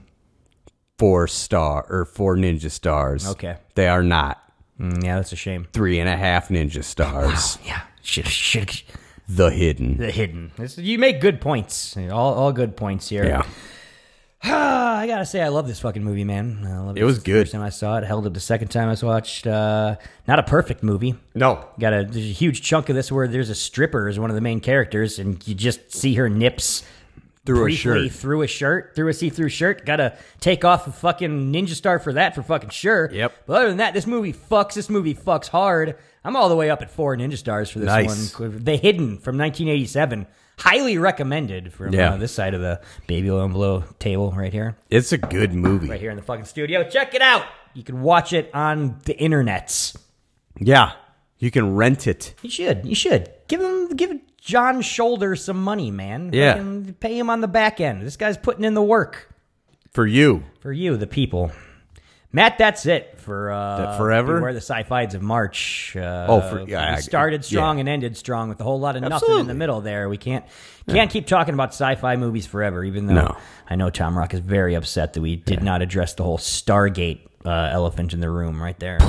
four star or four ninja stars.
Okay.
They are not.
Mm, yeah, that's a shame.
Three and a half ninja stars.
Yeah, shit, shit,
The hidden.
the hidden. This, you make good points. All, all good points here.
Yeah.
I gotta say, I love this fucking movie, man. I love it.
It was good.
First time I saw it, held up the second time I watched. Uh, not a perfect movie.
No.
Got a, there's a huge chunk of this where there's a stripper as one of the main characters, and you just see her nips
Through a
briefly
shirt.
through a shirt, through a see-through shirt. Got to take off a fucking ninja star for that for fucking sure.
Yep.
But other than that, this movie fucks. This movie fucks hard. I'm all the way up at four ninja stars for this
Nice.
one. The Hidden from 1987, highly recommended from
Yeah.
uh, this side of the baby oil and blow table right here,
It's a good movie.
right here in the fucking studio. Check it out. You can watch it on the internets.
Yeah. You can rent it.
You should. You should give him give John Shoulder some money, man.
Yeah.
Fucking pay him on the back end. This guy's putting in the work.
For you.
for you, the people. Matt, that's it for uh,
That forever?
Beware the sci-fides of March. Uh,
Oh, for- yeah, I-
we started strong
yeah.
and ended strong with a whole lot of nothing in the
Absolutely.
middle there. We can't can't keep talking about sci-fi movies forever, even though
No.
I know Tom Rock is very upset that we did not address the whole Stargate uh, elephant in the room right there.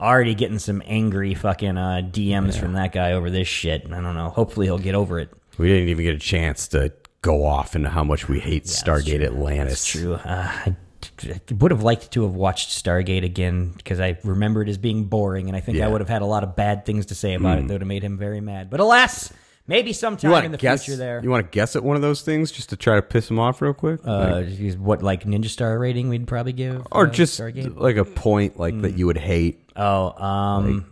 Already getting some angry fucking uh, DMs from that guy over this shit. I don't know. Hopefully he'll get over it.
We didn't even get a chance to go off into how much we hate Stargate Atlantis.
That's true. Uh, I I would have liked to have watched Stargate again because I remember it as being boring, and I think I
Yeah. Hmm.
would have had a lot of bad things to say about it that would have made him very mad. But alas, maybe
You
sometime
want
in
to
the
guess?
future there.
You want to guess at one of those things just to try to piss him off real quick, Like-
uh, is what like Ninja Star rating we'd probably give,
or
uh,
just
Stargate? Mm.
like a point like that you would hate.
Oh, um,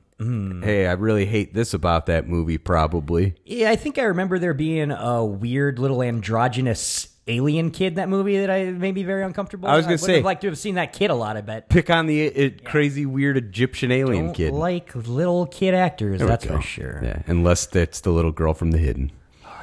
Hey, I really hate this about that movie. Probably.
yeah, I think I remember there being a weird little androgynous alien kid in that movie that I made me very uncomfortable.
I was gonna
would
say-
have liked to have seen that kid a lot. I bet.
Pick on the it, crazy, weird Egyptian alien
Don't
kid.
like little kid actors.
There we
that's
go.
for sure.
Yeah, unless that's the little girl from The Hidden.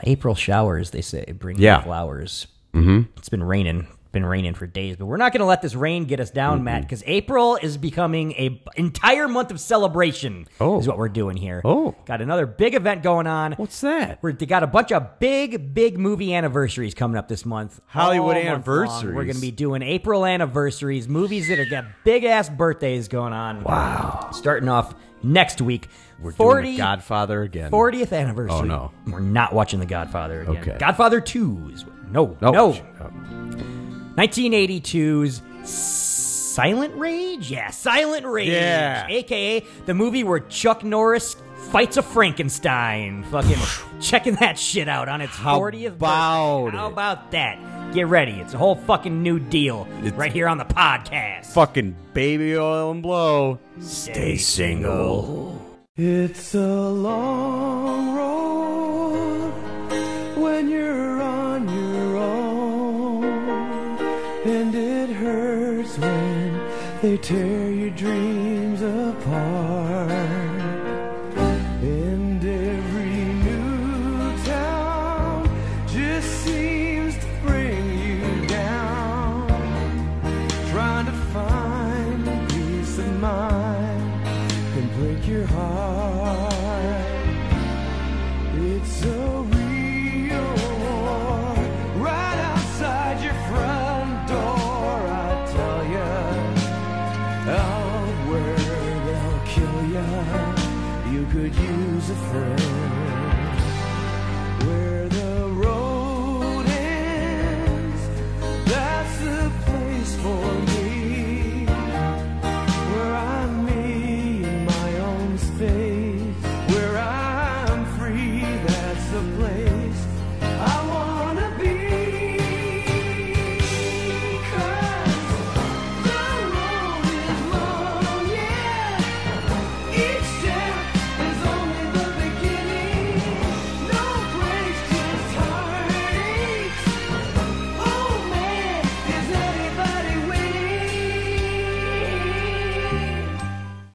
April showers, they say, bring
Yeah.
the flowers. Mm-hmm. It's been raining, been raining for days, but we're not going to let this rain get us down, Matt, because April is becoming a b- entire month of celebration.
Oh.
is what we're doing here.
Oh.
got another big event going on.
What's that?
We're, they got a bunch of big, big movie anniversaries coming up this month.
Hollywood
All month long.
anniversaries.
We're going to be doing April anniversaries, movies that are got big ass birthdays going on. Wow. Starting off next week. We're
Doing The Godfather again.
40th anniversary.
Oh, no.
We're not watching The Godfather again.
Okay.
Godfather 2 is. No,
Oh,
no.
sh- oh.
1982's Silent Rage? Yeah, Silent Rage.
Yeah.
AKA the movie where Chuck Norris fights a Frankenstein. Fucking checking that shit out on its
How
40th birthday.
about
How
it?
about that? Get ready. It's a whole fucking new deal
It's-
right here on the podcast.
Fucking baby oil and blow. Stay single. It's a long road when you're on your own. And it hurts when they tear your dreams apart. And every new town just seems to bring you down. Trying to find peace of mind can break your heart. It's a real war right outside your front door. I tell ya, out where they'll kill ya. You could use a friend.